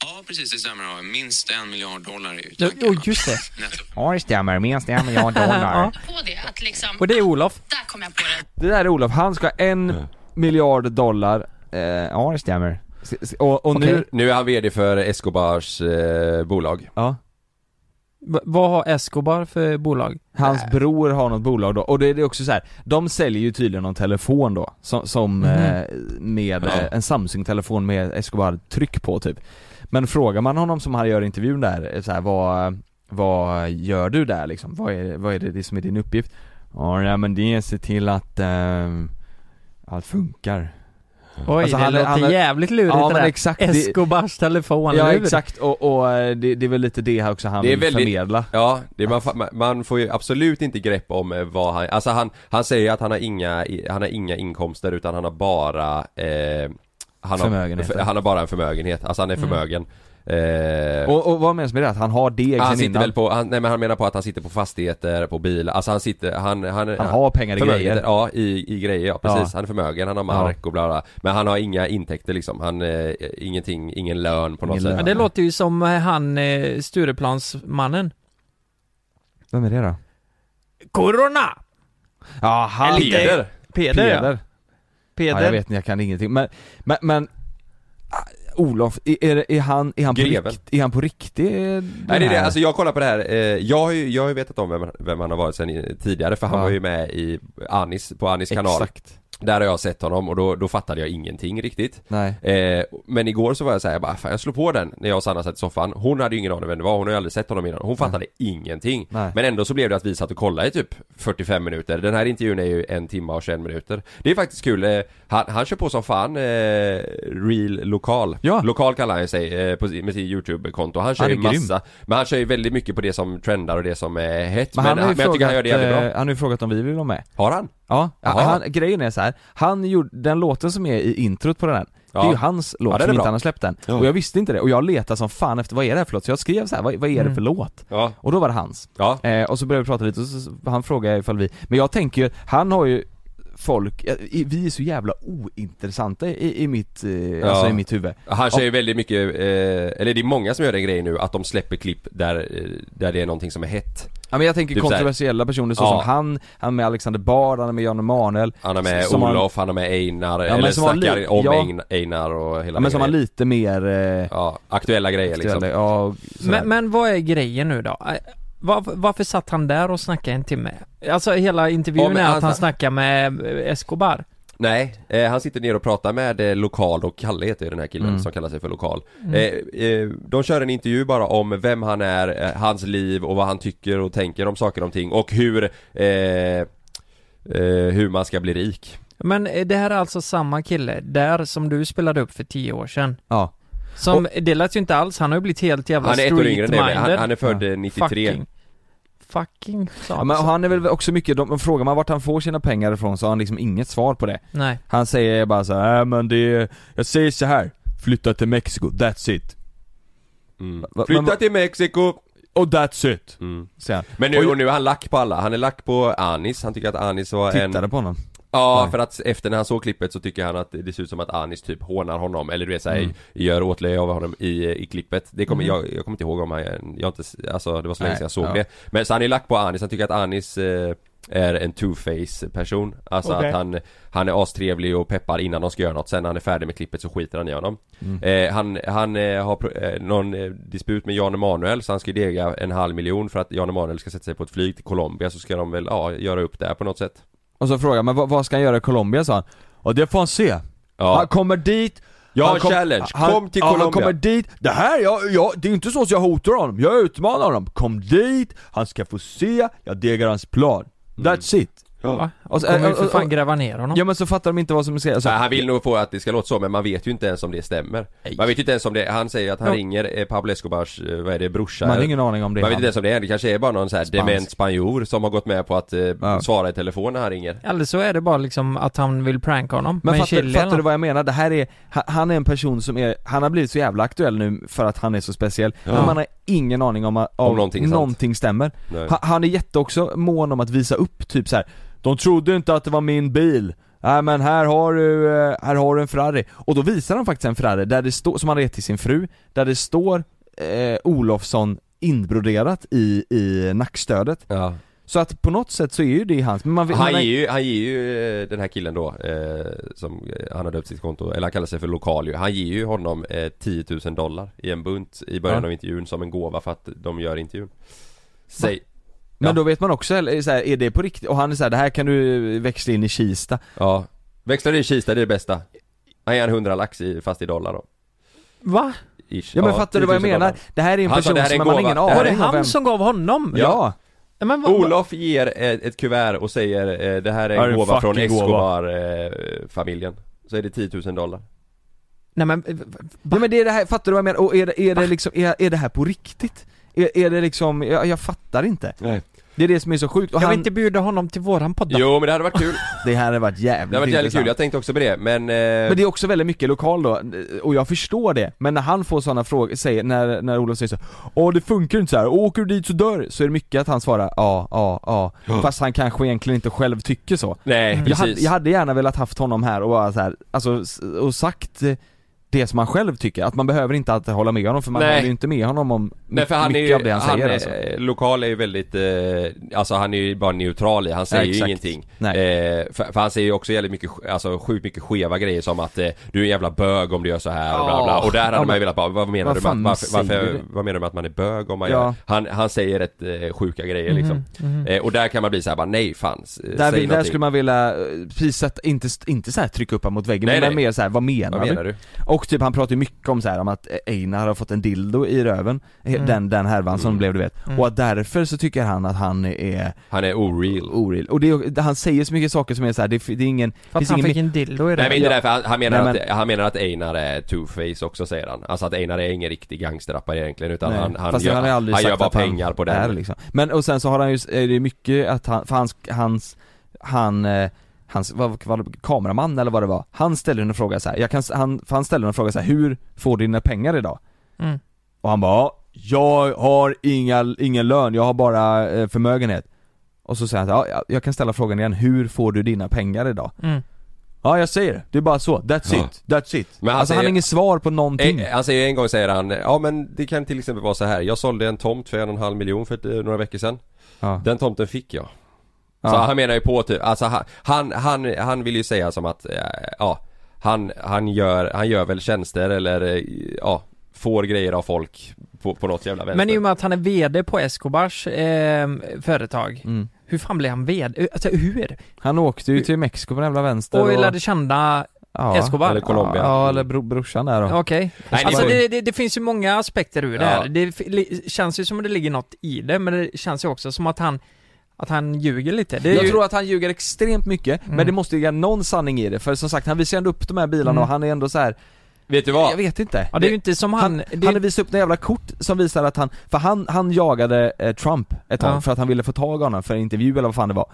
Q: Ja, precis. Det stämmer. Ja. Minst en miljard dollar är
I: Ja, oh, just det.
N: Ja det stämmer, minst en miljard
I: Ja.
N: dollar.
R: På det att liksom...
I: Och det är Olof.
R: Där kom jag på det.
N: Det där är Olof, han ska ha en miljard dollar. Eh, ja det stämmer. S- s- Och, och nu...
G: Nu är han VD för Escobars eh, bolag
N: Ja
I: V- vad har Escobar för bolag?
N: Hans bror har något bolag då, och det är det också så här. de säljer ju tydligen någon telefon då, som, som
I: Mhm.
N: eh, med
I: Ja.
N: eh, en Samsung-telefon med Escobar-tryck på typ Men frågar man honom som han gör i intervjun där, eh, så här, vad, vad gör du där liksom? Vad är, vad är det, det som är din uppgift? Ja nej, men det är att se till att eh, allt funkar
I: Oj,
N: Alltså,
I: det låter jävligt lurigt
N: ja,
I: det
N: men
I: där.
N: exakt, det-
I: Escobars telefonlur.
N: Ja exakt, och, och eh, det, det är väl lite det här också han
G: det är
N: vill
G: väldigt,
N: förmedla
G: Ja, det är, man, fa- man- man får ju absolut inte grepp om eh, vad han, alltså han, han säger att han har inga, i- han har inga inkomster utan han har bara eh, han
N: Förmögenheter.
G: Har, f- han har bara en förmögenhet, alltså han är
N: Mm.
G: förmögen eh,
N: och, och vad menas med det? Att han har det
G: han
N: sen
G: sitter
N: innan?
G: väl på, han, nej men han menar på att han sitter på fastigheter, på bilar, alltså han sitter, han, han,
N: Han har pengar i
G: förmögenheter,
N: grejer.
G: Ja, i, i grejer ja, precis.
N: Ja.
G: Han är förmögen, han har mark och bla bla Men han har inga intäkter liksom, han, eh, ingenting, ingen lön på något
I: Ja,
G: sätt
I: det låter ju som eh, han eh, Stureplansmannen.
N: Vem är det då?
I: Corona!
N: Aha,
I: Eller lite- Peder. Peder, ja. Peder.
N: Ja, jag vet inte, jag kan ingenting. Men, men, men ah, Olof, är, är, är, han, är, han på
G: Greven.
N: rikt, är han på riktigt? den
G: Nej det
N: här?
G: är det, alltså jag kollar på det här, eh, jag har ju, jag har ju vetat om vem, vem han har varit sen i- tidigare för han
N: Ja.
G: var ju med i Anis, på Anis kanal
N: Exakt.
G: Där har jag sett honom och då, då fattade jag ingenting riktigt
N: Nej.
G: Eh, men igår så var jag såhär, jag bara, fan jag slår på den när jag och Sanna satt i soffan Hon hade ju ingen aning vem det var, hon har ju aldrig sett honom innan Hon fattade ingenting
N: Nej.
G: Men ändå så blev det att vi satt och kollade i typ 45 minuter Den här intervjun är ju en timme och 21 minuter Det är faktiskt kul, eh, han, han kör på som fan eh, Real Lokal Lokal kallar han ju sig eh, på, sin- med sin YouTube-konto Han kör
N: Han är
G: ju massa
N: grym.
G: Men han kör ju väldigt mycket på det som trendar och det som är hett
N: Men
G: Men,
N: han, har ju
G: men jag tycker han gör det
N: frågat,
G: jävligt bra
N: eh, han har ju frågat om vi vill vara med.
G: Har han?
N: Ja,
G: Jaha.
N: han, grejen är så här. han gjorde, den låten som är i introt på den här, det är
G: Ja.
N: ju hans låt
G: Ja, den är
N: som inte
G: bra.
N: han har släppt än.
G: Ja.
N: Och jag visste inte det, och jag letade som fan efter vad är det här för låt, så jag skrev så här, vad, vad är det för
G: Mm.
N: låt?
G: Ja.
N: Och då var det hans.
G: Ja.
N: Eh, och så började vi prata lite, och så, så, han frågade ifall vi, men jag tänker ju, han har ju folk, eh, i- vi är så jävla ointressanta i, i mitt, eh, alltså i mitt huvud.
G: Han kör ju
N: Och-
G: väldigt mycket, eh, eller det är många som gör den grejen nu, att de släpper klipp där, eh, där det är någonting som är hett
H: Ja men jag tänker
G: Typ så här.
H: kontroversiella personer så
G: Ja.
H: som han, han är med Alexander Bard, han är med Jan Emanuel
G: Han är med
H: som
G: Olof, han är med Einar,
H: men
G: eller
H: som har
G: snackar
H: li-
G: om
H: ja.
G: Ein- Einar och hela
H: Ja, men som har
G: grejen.
H: lite mer... Eh,
G: Ja, aktuella grejer liksom.
H: aktuella- ja, och sådär.
I: Men, men vad är grejen nu då? Eh, Var, varför satt han där och snackade en timme? Alltså hela
G: Ja,
I: intervjun
G: men alltså-
I: är att
G: han-
I: han snackar med eh, Escobar.
G: Nej, eh, han sitter ner och pratar med eh, Lokal och Kalle heter ju den här killen
I: Mm.
G: som kallar sig för Lokal.
I: Mm.
G: Eh, eh, de kör en intervju bara om vem han är, eh, hans liv och vad han tycker och tänker om saker och ting och hur eh, eh, hur man ska bli rik.
I: Men eh, det här är alltså samma kille där som du spelade upp för tio år sedan?
H: Ja.
I: Som, det lät ju inte alls, han har ju blivit helt jävla
G: Han är ett år yngre än dig, men han-
I: street-minded.
G: han är född, eh, 93.
I: Fucking, fucking
H: Ja, men han är väl också mycket, de, frågar man vart han får sina pengar ifrån så har han liksom inget svar på det
I: Nej.
H: Han säger bara så här, "Äh, men det, är- jag säger så här Flytta till Mexiko, that's it Va-
G: Flytta
H: men va-
G: till Mexiko!
H: Och that's it! Säger han.
G: Men nu,
H: Och-
G: och nu är han lack på alla, han är lack på Anis, han tycker att Anis var en...
H: Tittade på honom.
G: Ja,
H: Nej.
G: för att efter när han såg klippet så tycker han att det ser ut som att Anis typ hånar honom, eller du vet såhär,
H: Mm.
G: gör åtlöje av honom i, i klippet. Det kommer,
H: Mm.
G: jag, jag kommer inte ihåg om han, jag har inte, s- alltså det var så länge
H: Nej,
G: sedan jag såg
H: ja.
G: det. Men så han är lack på Anis, han tycker att Anis eh, är en two-face person. Alltså
H: Okej.
G: att han, han är astrevlig och peppar innan de ska göra något, sen när han är färdig med klippet så skiter han i honom.
H: Mm.
G: Eh, han, han eh, har pro- eh, någon eh, disput med Jan Emanuel så han ska ju dega en halv miljon för att Jan Emanuel ska sätta sig på ett flyg till Colombia så ska de väl, ja, göra upp där på något sätt.
H: Och så frågar jag, men vad, vad ska han göra i Colombia? sa han. Och det får han se. Han kommer dit
G: Jag har
H: han
G: en challenge. Kom till
H: ja, Han
G: Colombia.
H: kommer dit, det här, jag, jag, det är inte så att jag hotar honom, jag utmanar honom. Kom dit, han ska få se, jag degar hans plan. That's it.
I: Va?
H: Och så-
I: kommer ju
H: och-
I: för
H: och-
I: fan gräva ner honom.
H: Ja men så fattar de inte vad som ska alltså,
G: Nej, han vill nog få att det ska låta så men man vet ju inte ens om det stämmer Man vet ju inte ens om det, han säger att han
H: Ja.
G: ringer eh, Pablo Escobars, eh, vad är det, brorsa?
H: Man har ingen aning om det är
G: Man vet
H: han.
G: inte ens om det är, det kanske är bara någon så här
H: Spansk.
G: dement spanjor som har gått med på att eh, svara i telefon när han ringer
I: Eller så är det bara liksom att han vill pranka honom
H: Men
I: med en
H: fattar,
I: chili
H: fattar
I: eller
H: du
I: något.
H: vad jag menar? Det här är, ha- han är en person som är, han har blivit så jävla aktuell nu för att han är så speciell
G: Ja.
H: Men man har ingen aning om, om,
G: Om
H: om
G: någonting är
H: någonting,
G: sant.
H: stämmer
G: Nej.
H: ha, Han är jätte också mån om att visa upp typ så här. De trodde inte att det var min bil Nej men här har du, eh, här har du en Ferrari Och då visar han faktiskt en Ferrari där det står, som han har gett till sin fru Där det står eh, Olofsson inbroderat i, i nackstödet Så att på något sätt så är ju det hans, men man,
G: han,
H: man
G: ger ju, han ger ju eh, den här killen då, eh, som eh, han har döpt sitt konto, eller han kallar sig för Lokal ju. Han ger ju honom eh, 10 000 dollar i en bunt i början
H: Ja.
G: av intervjun som en gåva för att de gör intervjun Säg,
H: Men då vet man också, eller så här, är det på riktigt? Och han är så här, det här kan du växla in i Kista
G: Ja, växlar i Kista, det är det bästa Han ger en 100 lax i, fast i dollar då
I: Va?
G: Ish.
H: Ja men fattar du vad jag
G: 10 000
H: menar?
G: dollar.
H: Det här är en
G: Han sa,
H: person
G: det här är
H: som
G: en
H: man har
G: gåva.
H: ingen
G: Det här är
I: Var det
H: aning om
I: han
H: vem
I: som gav honom?
H: Ja.
I: Ja, Men vad,
G: Olof ger ett, ett kuvert och säger eh, det här är
H: Ja,
G: en
H: det är en
G: gåva från
H: fucking gåva.
G: Escobar-familjen Så är det 10 000 dollar
I: Nej men,
H: ja, men det är det här, fattar du vad jag menar? Och är det, är det liksom, är, är det här på riktigt? Är, är det liksom, jag, jag fattar inte
G: Nej.
H: Det är det som är så sjukt, och
I: jag vill
H: han,
I: inte bjuda honom till våran podd då.
G: Jo men det hade varit kul,
H: det här har varit jävligt
G: det hade varit jävligt
H: intressant.
G: kul, jag tänkte också på det men... eh,
H: Men det är också väldigt mycket lokal då, och jag förstår det, men när han får sådana frågor, säger, när, när Olof säger så Åh det funkar inte så här. åker du dit så dör du", så är det mycket att han svarar ja, ja, ja Fast han kanske egentligen inte själv tycker så
G: Nej
H: jag
G: precis
H: hade, jag hade gärna velat haft honom här och bara så här, alltså, s- och sagt eh, det som han själv tycker, att man behöver inte alltid hålla med honom för man
G: Nej.
H: håller ju inte med honom om
G: Nej för han är
H: mycket
G: ju,
H: av det han, säger
G: är,
H: alltså.
G: Lokal är ju väldigt, eh, alltså han är ju bara neutral i, han säger ju
H: exakt.
G: ingenting
H: Nej.
G: Eh, för, för han säger ju också jävligt mycket, alltså sjukt mycket skeva grejer som att eh, Du är en jävla bög om du gör så här och bla bla Och där hade
H: Ja,
G: man ju
H: men-
G: velat bara, vad menar
H: vad
G: du med att,
H: fan
G: varför,
H: säger
G: varför,
H: du?
G: vad menar du med att man är bög om man
H: Ja.
G: gör han, han säger rätt eh, sjuka grejer liksom
H: Mhm, mhm.
G: eh, Och där kan man bli såhär bara, nej fan, s- eh,
H: Där,
G: säg
H: vill, där
G: någonting
H: skulle man vilja, eh, precis att inte, inte så här trycka upp honom mot väggen,
G: Nej,
H: men
G: nej.
H: mer så här, vad menar,
G: Vad menar du?
H: Och typ han pratar ju mycket om så här, om att Einar har fått en dildo i röven, eh,
G: Mm.
H: den, den härvan som
G: Mm.
H: blev du vet,
G: Mm.
H: och att därför så tycker han att han är
G: Han är oreal
H: Oreal, och det, är- han säger så mycket saker som är så här, det, det är ingen,
I: För att
H: finns
I: han
H: ingen
I: fick en dildo
G: Nej
I: i
G: men inte
I: röven.
G: därför, han, han, menar
H: Nej, men-
G: att, han menar att Einar är two-face också säger han Alltså att Einar är ingen riktig gangsterrappare egentligen utan
H: Nej,
G: han, han
H: fast
G: gör,
H: har ju aldrig
G: han
H: sagt
G: gör bara
H: att han
G: pengar på det
H: är liksom. Men och sen så har han ju, är det mycket att han, för hans, hans, han, eh, hans, vad var det, kameraman eller vad det var, han ställde en fråga så här, jag kan, s- han, för han ställde en fråga så här, hur får du dina pengar idag?
I: Mm.
H: Och han bara, "Ja, jag har inga, ingen lön, jag har bara eh, förmögenhet. Och så säger han, så här, ja, jag kan ställa frågan igen, hur får du dina pengar idag?
I: Mm.
H: Ja jag säger det, det är bara så. That's
G: Ja.
H: it, that's it.
G: Men han
H: alltså han
G: säger-
H: har inget svar på någonting.
G: Eh, Han säger en gång säger han, ja men det kan till exempel vara så här. Jag sålde en tomt för en och en halv miljon för ett, eh, några veckor sedan. Den tomten fick jag. Så
H: Ja.
G: han menar ju på typ, alltså han, han, han, han vill ju säga som att, eh, ja. Han, han, gör, han gör väl tjänster eller, eh, ja. Får grejer av folk på, på något jävla vänster.
I: Men i och med att han är VD på Escobars eh, företag, hur fan blev han VD? Alltså hur?
H: Mm. Han åkte ju till Mexiko på den jävla vänster
I: Och lärde känna Escobar?
H: Ja, eller bro, brorsan där då.
I: Okej.
H: Nej, det
I: Alltså
H: var-
I: det, det, det finns ju många aspekter ur det
H: Ja.
I: här. Det f- li- känns ju som att det ligger något i det, men det känns ju också som att han, att han ljuger lite. Det är
H: jag
I: ju...
H: tror att han ljuger extremt mycket, men
I: Mm.
H: det måste ligga någon sanning i det, för som sagt han visar ju ändå upp de här bilarna
I: Mm.
H: och han är ändå så här.
G: Vet du vad?
H: Jag vet inte.
I: Ja, det är ju inte som han-
H: Han, hade visat upp några jävla kort som visar att han, för han, han jagade eh, Trump ett tag
I: Ja.
H: för att han ville få tag i honom för en intervju eller vad fan det var.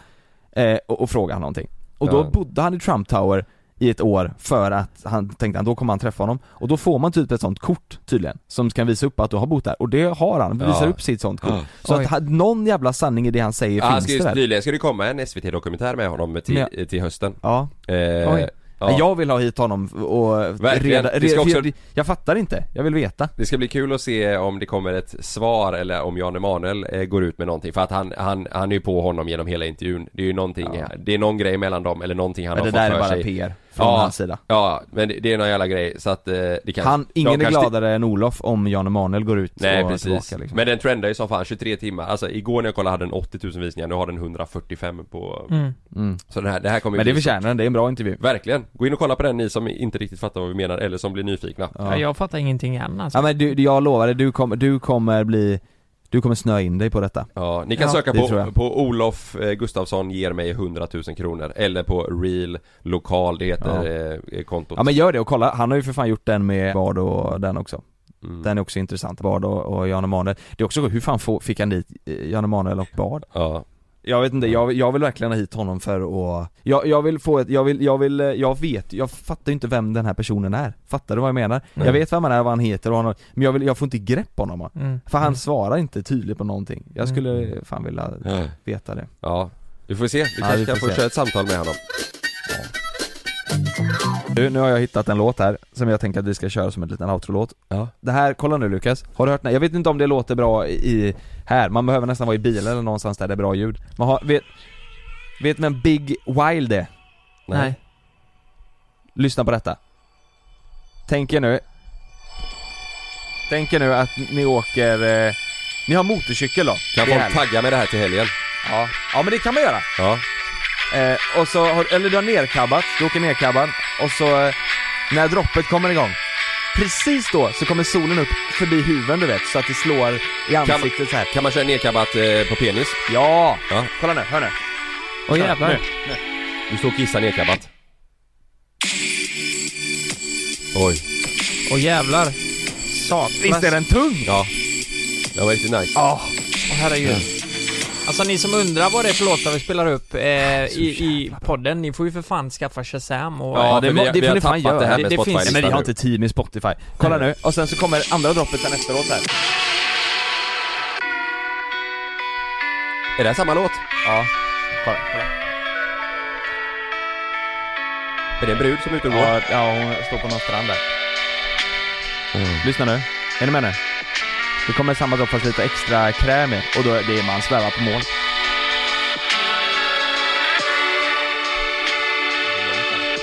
H: Eh, och, och fråga han någonting. Och då
G: Ja.
H: bodde han i Trump Tower i ett år för att han tänkte att då kommer han träffa honom. Och då får man typ ett sånt kort tydligen, som kan visa upp att du har bott där. Och det har han,
G: Ja.
H: visar upp sitt sånt kort.
G: Ja.
H: Så
G: Oj.
H: att han, någon jävla sanning i det han säger
G: Ja, han
H: finns
G: ska
H: det
G: ju,
H: väl?
G: nyligen ska det komma en SVT-dokumentär med honom till,
H: Men
G: eh, till hösten.
H: Ja.
G: Eh,
H: Oj. Nej, Jag vill ha hit honom och
G: Verkligen.
H: reda,
G: Vi ska
H: reda,
G: också-
H: jag, jag fattar inte, jag vill veta.
G: Det ska bli kul att se om det kommer ett svar eller om Jan Emanuel eh, går ut med någonting för att han, han, han är ju på honom genom hela intervjun. Det är ju någonting, det är någon grej mellan dem eller någonting han
H: Men
G: har
H: det
G: fått
H: där
G: för
H: är bara
G: sig.
H: PR från
G: ja,
H: hans sida.
G: Ja, men det, det är någon jävla grej så att eh, det kan,
H: Han, ingen
G: de
H: är
G: kanske-
H: gladare än Olof om Jan Emanuel går ut
G: Nej
H: och
G: precis,
H: tillbaka liksom.
G: men den trendar ju som fan 23 timmar. Alltså igår när jag kollade hade den 80 000 visningar, nu har den 145 på...
H: Mm. Mm.
G: Så den här, det här kommer ju
H: Men det
G: bli-
H: förtjänar den, det är en bra intervju.
G: Verkligen! Gå in och kolla på den ni som inte riktigt fattar vad vi menar eller som blir nyfikna.
I: ja. Jag fattar ingenting än alltså.
H: Ja men du, du- jag lovar dig, du kommer, du kommer bli, du kommer snöa in dig på detta.
G: Ja, ni kan söka
H: Det tror
G: på,
H: jag.
G: på Olof eh, Gustafsson ger mig 100 000 kronor Eller på Real Lokal, det heter eh, eh, kontot
H: Ja men gör det och kolla, han har ju för fan gjort den med Bard och den också.
G: Mm.
H: Den är också intressant, Bard och, och Jan Emanuel. Det är också hur fan få- fick han dit eh, Jan Emanuel och Bard?
G: Ja
H: Jag vet inte, jag, jag vill verkligen ha hit honom för att, jag, jag vill få ett, jag vill, jag vill, eh, jag vet, jag fattar ju inte vem den här personen är. Fattar du vad jag menar?
G: Nej.
H: Jag vet vem han är, vad han heter och han, men jag vill, jag får inte grepp om honom.
G: Mm.
H: För han svarar inte tydligt på någonting. Jag skulle eh, fan vilja
G: Ja.
H: veta det.
G: Ja, vi får se, vi
H: Ja,
G: kanske
H: vi
G: kan
H: får
G: få
H: se.
G: köra ett samtal med honom
H: Du, nu har jag hittat en låt här som jag tänker att vi ska köra som en liten outro-låt.
G: Ja.
H: Det här, kolla nu Lukas, har du hört den? här? Jag vet inte om det låter bra i, här, man behöver nästan vara i bilen eller någonstans där det är bra ljud. Man har, vet, vet vem Big Wild är?
I: Nej.
H: Lyssna på detta. Tänk er nu, tänk er nu att ni åker, eh, ni har motorcykel då.
G: Kan
H: Det är
G: folk
H: härligt.
G: tagga med det här till helgen?
H: Ja, ja men det kan man göra.
G: Ja
H: Eh, och så har, eller du har nerkabbat, du åker nerkabban och så eh, när droppet kommer igång Precis då så kommer solen upp förbi huven du vet så att det slår i ansiktet så här.
G: Kan man köra nerkabbat eh, på penis?
H: Ja!
G: ja!
H: Kolla nu, hör nu!
I: Åh jävlar.
G: Du står och kissar nerkabbat Oj
I: Åh jävlar. Satan.
G: Visst är den
H: tung?
G: Ja Det var riktigt nice
I: Ja. Åh herregud. Alltså ni som undrar vad det är för låtar vi spelar upp eh, i, i podden, ni får ju för fan skaffa Shazam och...
H: Ja, det, må- det får ni fan göra.
I: Det- det finns-
H: Nej, men vi har inte tid med Spotify. Kolla nu, och sen så kommer andra droppet sen efteråt här.
G: Är det här samma låt?
H: Ja, kolla, kolla.
G: Är det en brud som är ute och går?
H: Ja, ja hon står på någon strand där. Lyssna nu, är ni med nu? Det kommer samma dropp fast lite extra kräm i, och då är det man svävar på mål.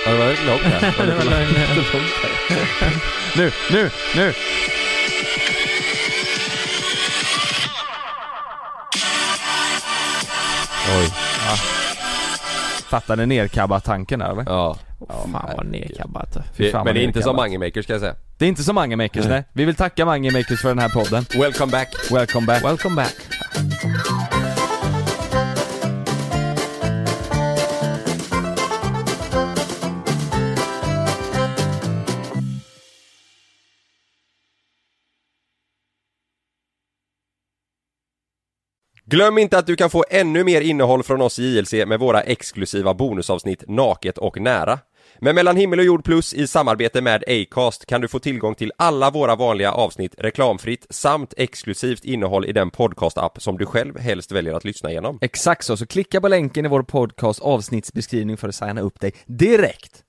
G: Ja, det var lite långt här.
H: Det var lite långt här. Nu, nu, nu!
G: Oj.
H: Ja. Fattar ni nerkabba-tanken där eller?
G: Ja.
I: Fan vad nerkabbat.
H: Fy fan,
G: Men
H: vad
G: det är inte som
H: nerkabbat.
G: Mangermaker ska jag säga
H: Det är inte som Mange Makers, nej. Vi vill tacka Mange Makers för den här podden.
G: Welcome back.
H: Welcome back.
I: Welcome back.
G: Glöm inte att du kan få ännu mer innehåll från oss i JLC med våra exklusiva bonusavsnitt Naket och nära. Med Mellan himmel och jord plus i samarbete med Acast kan du få tillgång till alla våra vanliga avsnitt reklamfritt samt exklusivt innehåll i den podcastapp som du själv helst väljer att lyssna igenom.
H: Exakt så, så klicka på länken i vår podcast avsnittsbeskrivning för att signa upp dig direkt.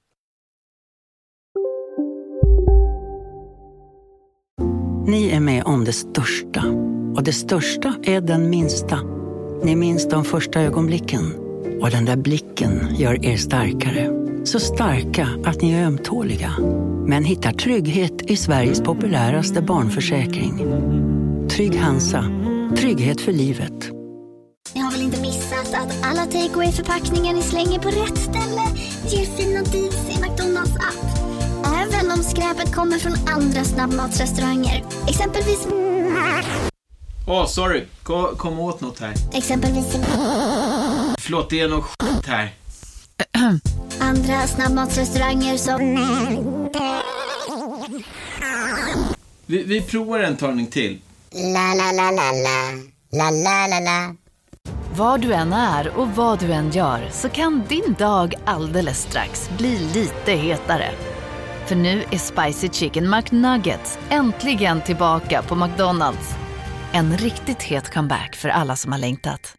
D: Ni är med om det största. Och det största är den minsta. Ni minns de första ögonblicken. Och den där blicken gör er starkare. Så starka att ni är ömtåliga. Men hittar trygghet i Sveriges populäraste barnförsäkring. Trygg Hansa. Trygghet för livet.
S: Ni har väl inte missat att alla takeaway förpackningar ni slänger på rätt ställe ger fina deals i McDonalds app. Även om skräpet kommer från andra snabbmatsrestauranger. Exempelvis...
H: Åh, sorry. Kom, kom åt något här.
S: Exempelvis...
H: Förlåt, det är något skit här.
S: Andra snabbmatsrestauranger som...
H: Vi, vi provar en talning till.
T: La la la la la. La la la la.
U: Var du än är och vad du än gör så kan din dag alldeles strax bli lite hetare. För nu är Spicy Chicken McNuggets äntligen tillbaka på McDonalds. En riktigt het comeback för alla som har längtat.